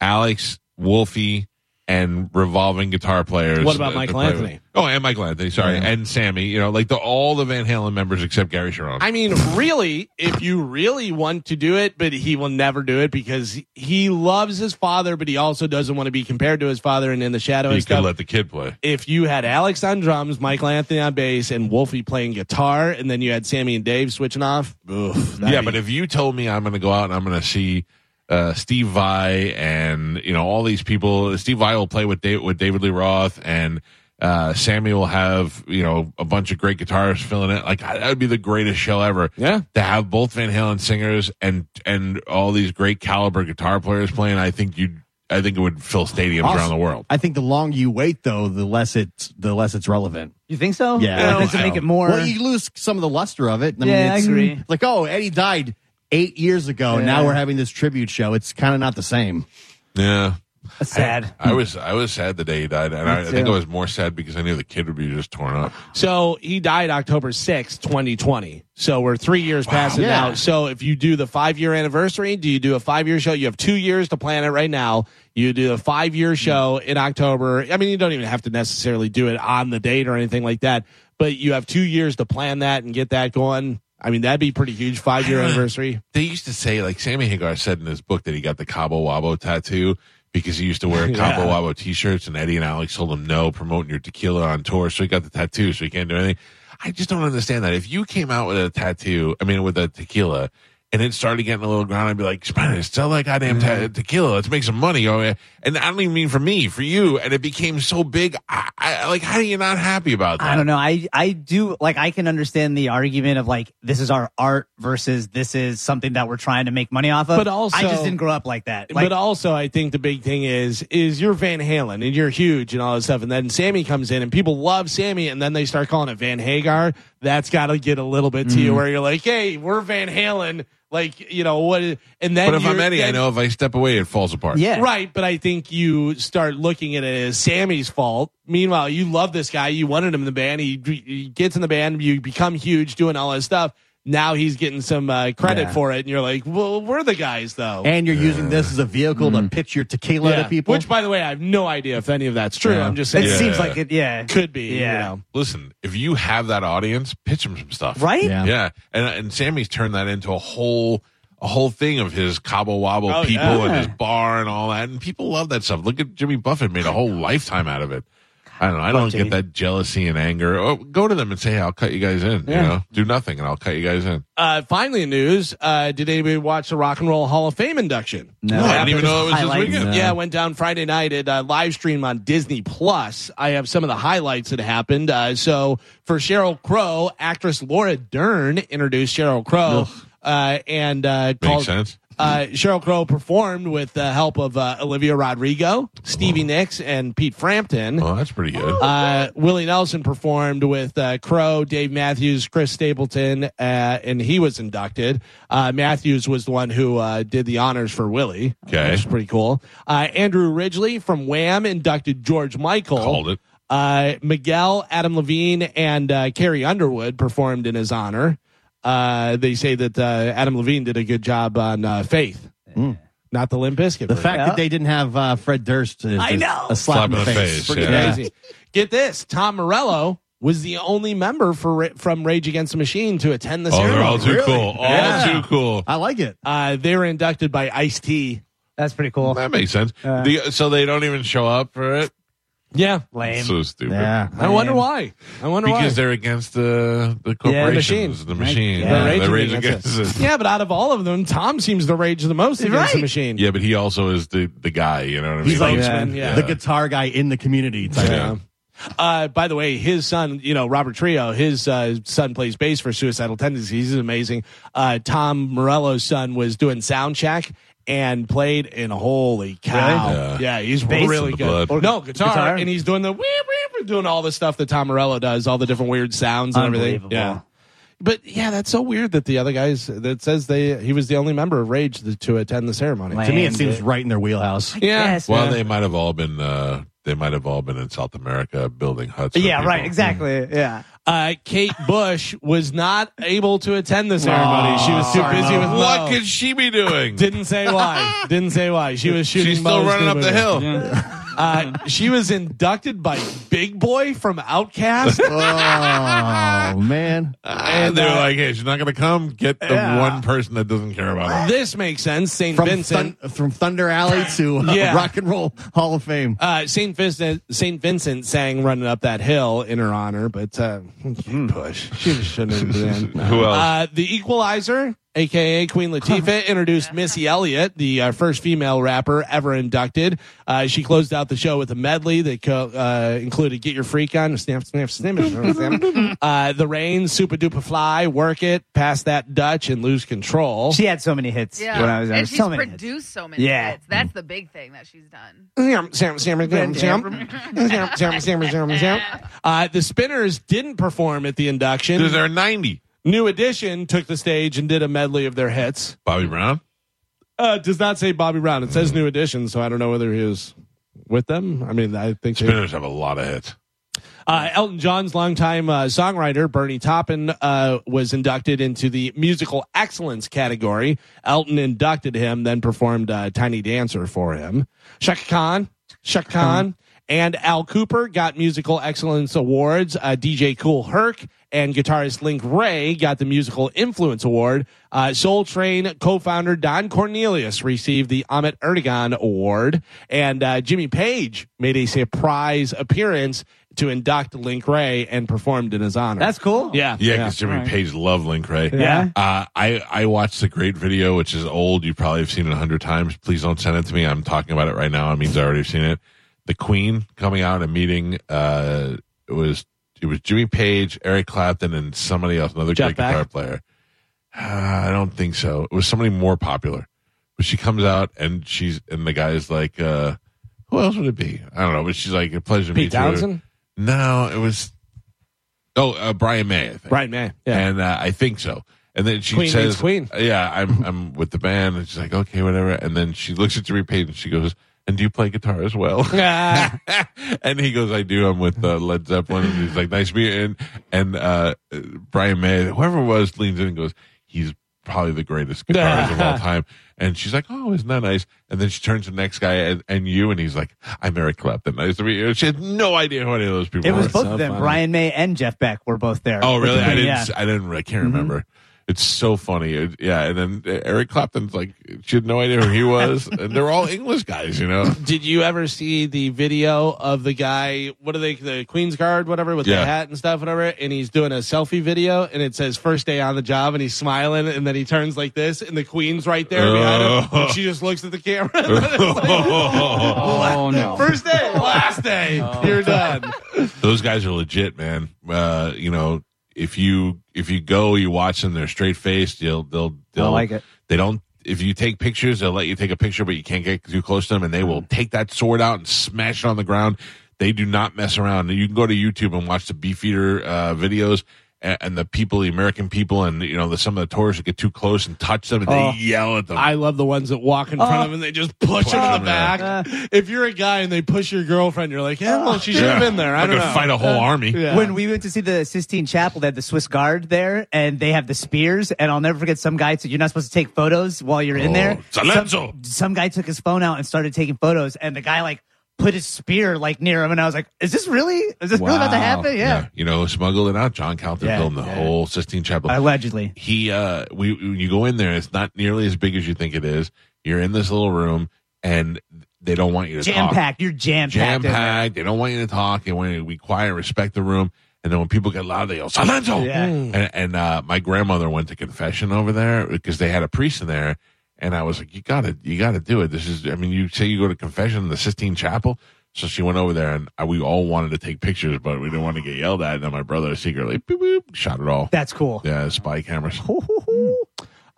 [SPEAKER 2] Alex Wolfie, and revolving guitar players.
[SPEAKER 3] What about
[SPEAKER 2] that-
[SPEAKER 3] Michael
[SPEAKER 2] that play with-
[SPEAKER 3] Anthony?
[SPEAKER 2] Oh, and Michael Anthony. Sorry, and Sammy. You know, like the all the Van Halen members except Gary Sharon.
[SPEAKER 3] I mean, really, if you really want to do it, but he will never do it because he loves his father, but he also doesn't want to be compared to his father and in the shadow
[SPEAKER 2] you
[SPEAKER 3] and
[SPEAKER 2] could
[SPEAKER 3] stuff.
[SPEAKER 2] let the kid play.
[SPEAKER 3] if you had Alex on drums, Michael Anthony on bass, and Wolfie playing guitar, and then you had Sammy and Dave switching off, oof, that'd
[SPEAKER 2] yeah,
[SPEAKER 3] be
[SPEAKER 2] but if you told me I'm going to go out and I'm going to see uh, Steve Vai and you know all these people, Steve Vai will play with David, with David Lee Roth and uh, Sammy will have you know a bunch of great guitarists filling it. Like that would be the greatest show ever.
[SPEAKER 3] Yeah.
[SPEAKER 2] to have both Van Halen singers and and all these great caliber guitar players playing, I think you, I think it would fill stadiums
[SPEAKER 5] Awesome.
[SPEAKER 2] around the world.
[SPEAKER 5] I think the longer you wait, though, the less it's the less it's relevant.
[SPEAKER 4] You think so?
[SPEAKER 5] Yeah.
[SPEAKER 4] I
[SPEAKER 5] No,
[SPEAKER 4] think to
[SPEAKER 2] I
[SPEAKER 4] make
[SPEAKER 2] don't.
[SPEAKER 4] it more.
[SPEAKER 5] Well, you lose some of the luster of it. I
[SPEAKER 4] Yeah, I
[SPEAKER 5] it's
[SPEAKER 4] agree.
[SPEAKER 5] Like, oh, Eddie died eight years ago. and Now
[SPEAKER 4] Yeah.
[SPEAKER 5] we're having this tribute show. It's kind of not the same.
[SPEAKER 2] Yeah,
[SPEAKER 4] That's sad.
[SPEAKER 2] I was I was sad the day he died, and I, I think I
[SPEAKER 4] too.
[SPEAKER 2] was more sad because I knew the kid would be just torn up.
[SPEAKER 3] So he died October sixth, 2020. So we're three years past it
[SPEAKER 5] Yeah.
[SPEAKER 3] now. So if you do the five year anniversary, do you do a five year show? You have two years to plan it right now. You do a five year show in October. I mean, you don't even have to necessarily do it on the date or anything like that, but you have two years to plan that and get that going. I mean, that'd be pretty huge five year anniversary.
[SPEAKER 2] they used to say like Sammy Hagar said in his book that he got the Cabo Wabo tattoo because he used to wear Cabo Wabo t-shirts and Eddie and Alex told him no promoting your tequila on tour so he got the tattoo so he can't do anything. I just don't understand that. If you came out with a tattoo, I mean with a tequila and it started getting a little ground, I'd be like, Spanish, sell that goddamn
[SPEAKER 4] Mm-hmm.
[SPEAKER 2] ta- tequila. Let's make some money. Oh, yeah. And I don't even mean for me, for you. And it became so big. I, I like, how are you not happy about that?
[SPEAKER 4] I don't know. I I do like I can understand the argument of like this is our art versus this is something that we're trying to make money off of.
[SPEAKER 3] But also-
[SPEAKER 4] I just didn't grow up like that. Like,
[SPEAKER 3] but also, I think the big thing is is you're Van Halen and you're huge and all that stuff, and then Sammy comes in and people love Sammy, and then they start calling it Van Hagar. That's got to get a little bit to
[SPEAKER 2] Mm.
[SPEAKER 3] you where you're like, hey, we're Van Halen, like you know what? is- And then,
[SPEAKER 2] But if I'm
[SPEAKER 3] you're-
[SPEAKER 2] Eddie, I
[SPEAKER 3] then-
[SPEAKER 2] know if I step away, it falls apart.
[SPEAKER 4] yeah,
[SPEAKER 3] Right, but I think you start looking at it as Sammy's fault. Meanwhile, you love this guy. You wanted him in the band. He, he gets in the band. You become huge doing all his stuff. Now he's getting some uh, credit
[SPEAKER 4] Yeah.
[SPEAKER 3] for it. And you're like, well, we're the guys, though.
[SPEAKER 5] And you're using this as a vehicle to pitch your tequila
[SPEAKER 3] Yeah.
[SPEAKER 5] to people.
[SPEAKER 3] Which, by the way, I have no idea if any of that's true. I'm just
[SPEAKER 4] It
[SPEAKER 3] saying it
[SPEAKER 4] seems like it. Yeah,
[SPEAKER 3] could be.
[SPEAKER 4] Yeah.
[SPEAKER 3] Yeah.
[SPEAKER 2] Listen, if you have that audience, pitch them some stuff.
[SPEAKER 4] right.
[SPEAKER 5] Yeah.
[SPEAKER 2] Yeah, and and Sammy's turned that into a whole a whole thing of his Cabo Wabo
[SPEAKER 3] Oh,
[SPEAKER 2] people
[SPEAKER 3] yeah.
[SPEAKER 2] and his bar and all that, and people love that stuff. Look at Jimmy Buffett made a whole lifetime out of it. I don't know. I don't
[SPEAKER 4] Jimmy.
[SPEAKER 2] get that jealousy and anger. Oh, go to them and say, "I'll cut you guys in." You know, do nothing and I'll cut you guys in.
[SPEAKER 3] Uh, finally, in news. Uh, did anybody watch the Rock and Roll Hall of Fame induction?
[SPEAKER 4] No.
[SPEAKER 2] I didn't even know it was this
[SPEAKER 4] Highlights.
[SPEAKER 2] weekend.
[SPEAKER 4] No.
[SPEAKER 3] Yeah, it went down Friday night. It uh, live stream on Disney Plus. I have some of the highlights that happened. Uh, so for Cheryl Crow, actress Laura Dern introduced Cheryl Crow uh, and uh,
[SPEAKER 2] Makes
[SPEAKER 3] called
[SPEAKER 2] sense.
[SPEAKER 3] Uh, Cheryl Crow performed with the help of uh, Olivia Rodrigo, Stevie Nicks, and Pete Frampton.
[SPEAKER 2] Oh, that's pretty good.
[SPEAKER 3] Uh, Willie Nelson performed with uh, Crow, Dave Matthews, Chris Stapleton, uh, and he was inducted. Uh, Matthews was the one who uh, did the honors for Willie.
[SPEAKER 2] Okay.
[SPEAKER 3] Which is pretty cool. Uh, Andrew Ridgely from Wham inducted George Michael.
[SPEAKER 2] Called it.
[SPEAKER 3] Uh, Miguel, Adam Levine, and uh, Carrie Underwood performed in his honor. Uh, they say that uh, Adam Levine did a good job on uh, Faith, not the Limp Bizkit.
[SPEAKER 5] Hmm. The
[SPEAKER 3] version.
[SPEAKER 5] fact that they didn't have uh, Fred Durst is
[SPEAKER 4] I
[SPEAKER 5] just
[SPEAKER 4] know.
[SPEAKER 5] a slap, in the face.
[SPEAKER 2] face,
[SPEAKER 3] Pretty
[SPEAKER 2] yeah.
[SPEAKER 3] crazy. Get this: Tom Morello was the only member for Ra- from Rage Against the Machine to attend the
[SPEAKER 2] Oh,
[SPEAKER 3] ceremony.
[SPEAKER 2] they're all too cool. All
[SPEAKER 5] Yeah.
[SPEAKER 2] too cool.
[SPEAKER 5] I like it.
[SPEAKER 3] uh, they were inducted by Ice T.
[SPEAKER 4] That's pretty cool.
[SPEAKER 2] That makes sense.
[SPEAKER 3] uh,
[SPEAKER 2] The- so they don't even show up for it.
[SPEAKER 3] Yeah,
[SPEAKER 4] Lame.
[SPEAKER 2] So stupid.
[SPEAKER 5] Yeah.
[SPEAKER 3] I wonder why. I wonder
[SPEAKER 2] Because
[SPEAKER 3] why.
[SPEAKER 2] they're against the the corporations,
[SPEAKER 3] machine.
[SPEAKER 2] the machine,
[SPEAKER 4] Yeah.
[SPEAKER 2] yeah. the
[SPEAKER 3] They're
[SPEAKER 2] rage
[SPEAKER 3] raging
[SPEAKER 2] against it.
[SPEAKER 3] yeah, but out of all of them, Tom seems to rage the most against the
[SPEAKER 4] Right.
[SPEAKER 3] machine.
[SPEAKER 2] Yeah, but he also is the the guy. You know what I mean?
[SPEAKER 5] He's like
[SPEAKER 3] Yeah. Yeah.
[SPEAKER 5] the guitar guy in the community. Type
[SPEAKER 2] Yeah.
[SPEAKER 3] Uh, by the way, his son, you know, Robert Trio, his uh, son plays bass for Suicidal Tendencies. He's amazing. Uh, Tom Morello's son was doing sound check and played, and holy cow.
[SPEAKER 2] Really? Yeah.
[SPEAKER 3] Yeah. he's
[SPEAKER 4] Bass?
[SPEAKER 3] really
[SPEAKER 2] The
[SPEAKER 3] good.
[SPEAKER 2] blood. Or
[SPEAKER 3] no, guitar,
[SPEAKER 4] guitar?
[SPEAKER 3] And he's doing the wee, wee, wee, doing all the stuff that Tom Morello does, all the different weird sounds and everything.
[SPEAKER 4] Unbelievable.
[SPEAKER 3] Yeah. But yeah, that's so weird that the other guys that says they he was the only member of Rage to, to attend the ceremony.
[SPEAKER 4] Lame.
[SPEAKER 5] To me, it
[SPEAKER 4] And
[SPEAKER 5] seems
[SPEAKER 4] it-
[SPEAKER 5] right in their wheelhouse.
[SPEAKER 3] Yeah.
[SPEAKER 4] Yes,
[SPEAKER 2] Well,
[SPEAKER 4] man.
[SPEAKER 2] they might have all been. Uh, they might have all been in South America building huts. for
[SPEAKER 4] yeah,
[SPEAKER 2] people.
[SPEAKER 4] right. Exactly. Yeah.
[SPEAKER 3] Uh, Kate Bush was not able to attend the ceremony. she was too busy with
[SPEAKER 2] What
[SPEAKER 3] love.
[SPEAKER 2] could she be doing?
[SPEAKER 3] Didn't say why. Didn't say why. She was shooting.
[SPEAKER 2] She's still
[SPEAKER 3] Moe's
[SPEAKER 2] running
[SPEAKER 3] new
[SPEAKER 2] up the
[SPEAKER 3] movie.
[SPEAKER 2] hill.
[SPEAKER 3] Uh, she was inducted by Big Boy from Outcast.
[SPEAKER 5] Oh man,
[SPEAKER 2] And they're Ah, like, hey, she's not going to come. Get the
[SPEAKER 3] Yeah.
[SPEAKER 2] one person that doesn't care about it.
[SPEAKER 3] this makes sense. Saint
[SPEAKER 5] from
[SPEAKER 3] Vincent.
[SPEAKER 5] Thun- from Thunder Alley to uh,
[SPEAKER 3] Yeah.
[SPEAKER 5] Rock and Roll Hall of Fame.
[SPEAKER 3] uh, Saint Vincent. Saint Vincent sang "Running Up That Hill" in her honor, but uh,
[SPEAKER 2] Hmm.
[SPEAKER 3] Kate Bush. She shouldn't have been.
[SPEAKER 2] Who else?
[SPEAKER 3] Uh, the Equalizer, aka Queen Latifah, introduced Missy Elliott, the uh, first female rapper ever inducted. Uh, she closed out the show with a medley that co- uh, included "Get Your Freak On," "Snap Snap Snap," uh, "The Rain," "Super Duper Fly," "Work It," "Pass That Dutch," and "Lose Control."
[SPEAKER 4] She had so many hits
[SPEAKER 6] Yeah.
[SPEAKER 4] when I was there.
[SPEAKER 6] and she's
[SPEAKER 4] so many hits.
[SPEAKER 6] produced so many
[SPEAKER 4] Yeah.
[SPEAKER 6] hits. That's the big thing that she's done.
[SPEAKER 3] Snap, snap, snap, snap, snap. Snap, snap, snap, snap, snap. Uh, the Spinners didn't perform at the induction.
[SPEAKER 2] There's our 90.
[SPEAKER 3] New Edition took the stage and did a medley of their hits.
[SPEAKER 2] Bobby Brown?
[SPEAKER 3] Uh, it does not say Bobby Brown. It says New Edition, so I don't know whether he was with them. I mean, I think. They,
[SPEAKER 2] Spinners have a lot of hits.
[SPEAKER 3] uh, Elton John's longtime uh, songwriter Bernie Taupin uh, was inducted into the musical excellence category. Elton inducted him, then performed uh, "Tiny Dancer" for him. Shaka Khan, Shaka Khan, and Al Cooper got musical excellence awards. Uh, DJ Cool Herc and guitarist Link Ray got the Musical Influence Award. Uh, Soul Train co-founder Don Cornelius received the Amit Erdogan Award, and uh, Jimmy Page made a surprise appearance to induct Link Ray and performed in his honor.
[SPEAKER 4] That's cool.
[SPEAKER 3] yeah,
[SPEAKER 2] Yeah, because Jimmy Page loved Link Ray.
[SPEAKER 4] Yeah.
[SPEAKER 2] Uh, I, I watched the great video, which is old. You probably have seen it a hundred times. Please don't send it to me. I'm talking about it right now. It means I already have seen it. The Queen coming out and meeting. Uh, it was it was Jimmy Page, Eric Clapton, and somebody else, another
[SPEAKER 3] Jeff
[SPEAKER 2] great guitar
[SPEAKER 3] Beck?
[SPEAKER 2] player. Uh, I don't think so. It was somebody more popular. But she comes out and she's and the guy's like, uh, who else would it be? I don't know. But she's like, a pleasure to meet
[SPEAKER 3] Pete
[SPEAKER 2] you.
[SPEAKER 3] Townsend,
[SPEAKER 2] No, it was. Oh, uh, Brian May. I think.
[SPEAKER 3] Brian May. Yeah.
[SPEAKER 2] And uh, I think so. And then she
[SPEAKER 3] Queen means
[SPEAKER 2] says,
[SPEAKER 3] queen.
[SPEAKER 2] Yeah, I'm I'm with the band. And she's like, okay, whatever. And then she looks at Jimmy Page and she goes, and do you play guitar as well?
[SPEAKER 3] Ah.
[SPEAKER 2] and he goes, I do. I'm with uh, Led Zeppelin. And he's like, nice to meet you. And, and uh, Brian May, whoever it was, leans in and goes, he's probably the greatest guitarist of all time. And she's like, oh, isn't that nice? And then she turns to the next guy and, and you, and he's like, I'm Eric Clapton. Nice to meet you. She had no idea who any of those people
[SPEAKER 4] It was
[SPEAKER 2] were.
[SPEAKER 4] both of them. Brian May and Jeff Beck were both there.
[SPEAKER 2] Oh,
[SPEAKER 4] with the
[SPEAKER 2] really? I
[SPEAKER 4] band,
[SPEAKER 2] didn't.
[SPEAKER 4] yeah. Mm-hmm.
[SPEAKER 2] I didn't. I can't remember. It's so funny. It- yeah, and then uh, Eric Clapton's like she had no idea who he was, and they're all English guys, you know.
[SPEAKER 3] Did you ever see the video of the guy? What are they? The Queen's Guard, whatever, with
[SPEAKER 2] Yeah.
[SPEAKER 3] the hat and stuff, whatever. And he's doing a selfie video, and it says first day on the job, and he's smiling, and then he turns like this, and the Queen's right there behind him.
[SPEAKER 2] Oh.
[SPEAKER 3] And she just looks at the camera. and then it's like,
[SPEAKER 9] Oh no.
[SPEAKER 3] first day, last day,
[SPEAKER 4] Oh.
[SPEAKER 3] you're done.
[SPEAKER 2] Those guys are legit, man. Uh, you know, if you if you go, you watch them. They're straight faced. They'll they'll they'll
[SPEAKER 4] like it.
[SPEAKER 2] They don't. if you take pictures, they'll let you take a picture, but you can't get too close to them, and they will
[SPEAKER 3] Mm.
[SPEAKER 2] take that sword out and smash it on the ground. They do not mess around. You can go to YouTube and watch the beefeater uh, videos. And, and the people, the American people, and you know the, some of the tourists that get too close and touch them, and
[SPEAKER 4] Oh.
[SPEAKER 2] they yell at them.
[SPEAKER 3] I love the ones that walk in front of
[SPEAKER 4] Oh. Uh.
[SPEAKER 3] them and they just push them
[SPEAKER 2] them in.
[SPEAKER 3] in the back. if you're a guy and they push your girlfriend, you're like, yeah, well, she should have been there. I
[SPEAKER 2] I'm
[SPEAKER 3] don't
[SPEAKER 2] gonna
[SPEAKER 3] know.
[SPEAKER 2] fight a whole army.
[SPEAKER 3] Yeah.
[SPEAKER 4] When we went to see the Sistine Chapel, they had the Swiss Guard there, and they have the spears. And I'll never forget some guy said, "You're not supposed to take photos while you're in
[SPEAKER 2] Oh,
[SPEAKER 4] there."
[SPEAKER 2] Salenzo.
[SPEAKER 4] Some, some guy took his phone out and started taking photos, and the guy like put his spear like near him, and I was like, "Is this really? Is this really about to
[SPEAKER 5] Wow.
[SPEAKER 4] happen?" Yeah,
[SPEAKER 2] you know, smuggled it out. John Calvin
[SPEAKER 4] Yeah,
[SPEAKER 2] filmed the
[SPEAKER 4] yeah.
[SPEAKER 2] whole Sistine Chapel.
[SPEAKER 4] allegedly.
[SPEAKER 2] he uh we when you go in there it's not nearly as big as you think it is you're in this little room and they don't want you to
[SPEAKER 4] Jam
[SPEAKER 2] talk
[SPEAKER 4] packed. You're jam
[SPEAKER 2] jam
[SPEAKER 4] packed.
[SPEAKER 2] packed they don't want you to talk they want you to be quiet respect the room and then when people get loud they yell silenzo
[SPEAKER 4] Yeah.
[SPEAKER 2] and, and uh my grandmother went to confession over there because they had a priest in there and i was like you gotta you gotta do it this is i mean you say you go to confession in the sistine chapel so she went over there and I, we all wanted to take pictures but we didn't want to get yelled at and then my brother secretly boop, boop, shot it all
[SPEAKER 4] That's cool.
[SPEAKER 2] yeah spy cameras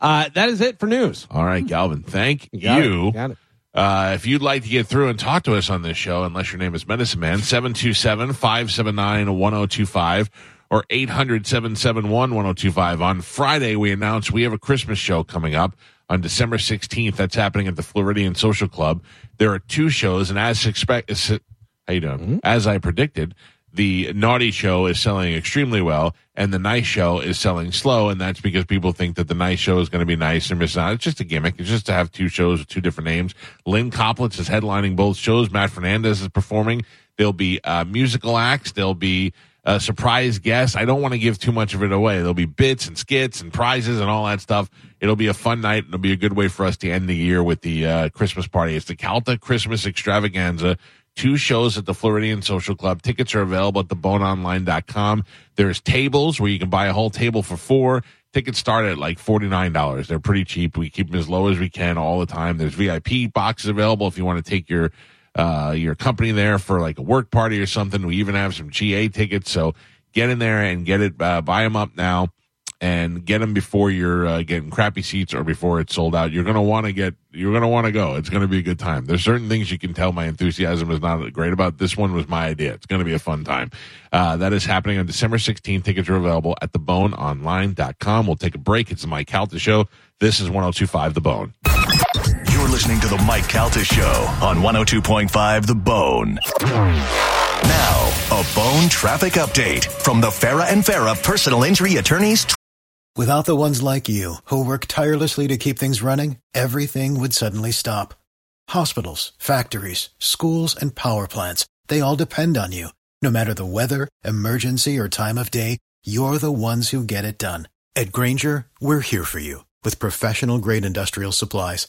[SPEAKER 3] Uh, that is it for news.
[SPEAKER 2] All right, Galvin, thank
[SPEAKER 3] Got it.
[SPEAKER 2] you.
[SPEAKER 3] Got it.
[SPEAKER 2] Uh, if you'd like to get through and talk to us on this show, unless your name is Medicine Man, 727 579 1025 or 800 771 1025. On Friday, we announced we have a Christmas show coming up on December 16th. That's happening at the Floridian Social Club. There are two shows, and as expect, how you doing? As I predicted, the naughty show is selling extremely well, and the nice show is selling slow, and that's because people think that the nice show is going to be nice and missing out. It's just a gimmick. It's just to have two shows with two different names. Lynn Coplitz is headlining both shows. Matt Fernandez is performing. There'll be uh, musical acts. There'll be uh, surprise guests. I don't want to give too much of it away. There'll be bits and skits and prizes and all that stuff. It'll be a fun night. It'll be a good way for us to end the year with the uh, Christmas party. It's the Calta Christmas Extravaganza two shows at the Floridian Social Club. Tickets are available at theboneonline.com. There's tables where you can buy a whole table for four. Tickets start at like $49. They're pretty cheap. We keep them as low as we can all the time. There's VIP boxes available if you want to take your uh, your company there for like a work party or something. We even have some GA tickets. So get in there and get it, uh, buy them up now and get them before you're uh, getting crappy seats or before it's sold out. You're gonna want to get. You're gonna want to go. It's gonna be a good time. There's certain things you can tell my enthusiasm is not great about. This one was my idea. It's gonna be a fun time. Uh, that is happening on December 16th. Tickets are available at theboneonline.com. We'll take a break. It's the Mike Calta show. This is 102.5 The Bone.
[SPEAKER 1] You're listening to the Mike Calta Show on 102.5 The Bone. Now, a bone traffic update from the Farah and Farah personal injury attorneys.
[SPEAKER 9] Without the ones like you, who work tirelessly to keep things running, everything would suddenly stop. Hospitals, factories, schools, and power plants, they all depend on you. No matter the weather, emergency, or time of day, you're the ones who get it done. At Granger, we're here for you with professional grade industrial supplies.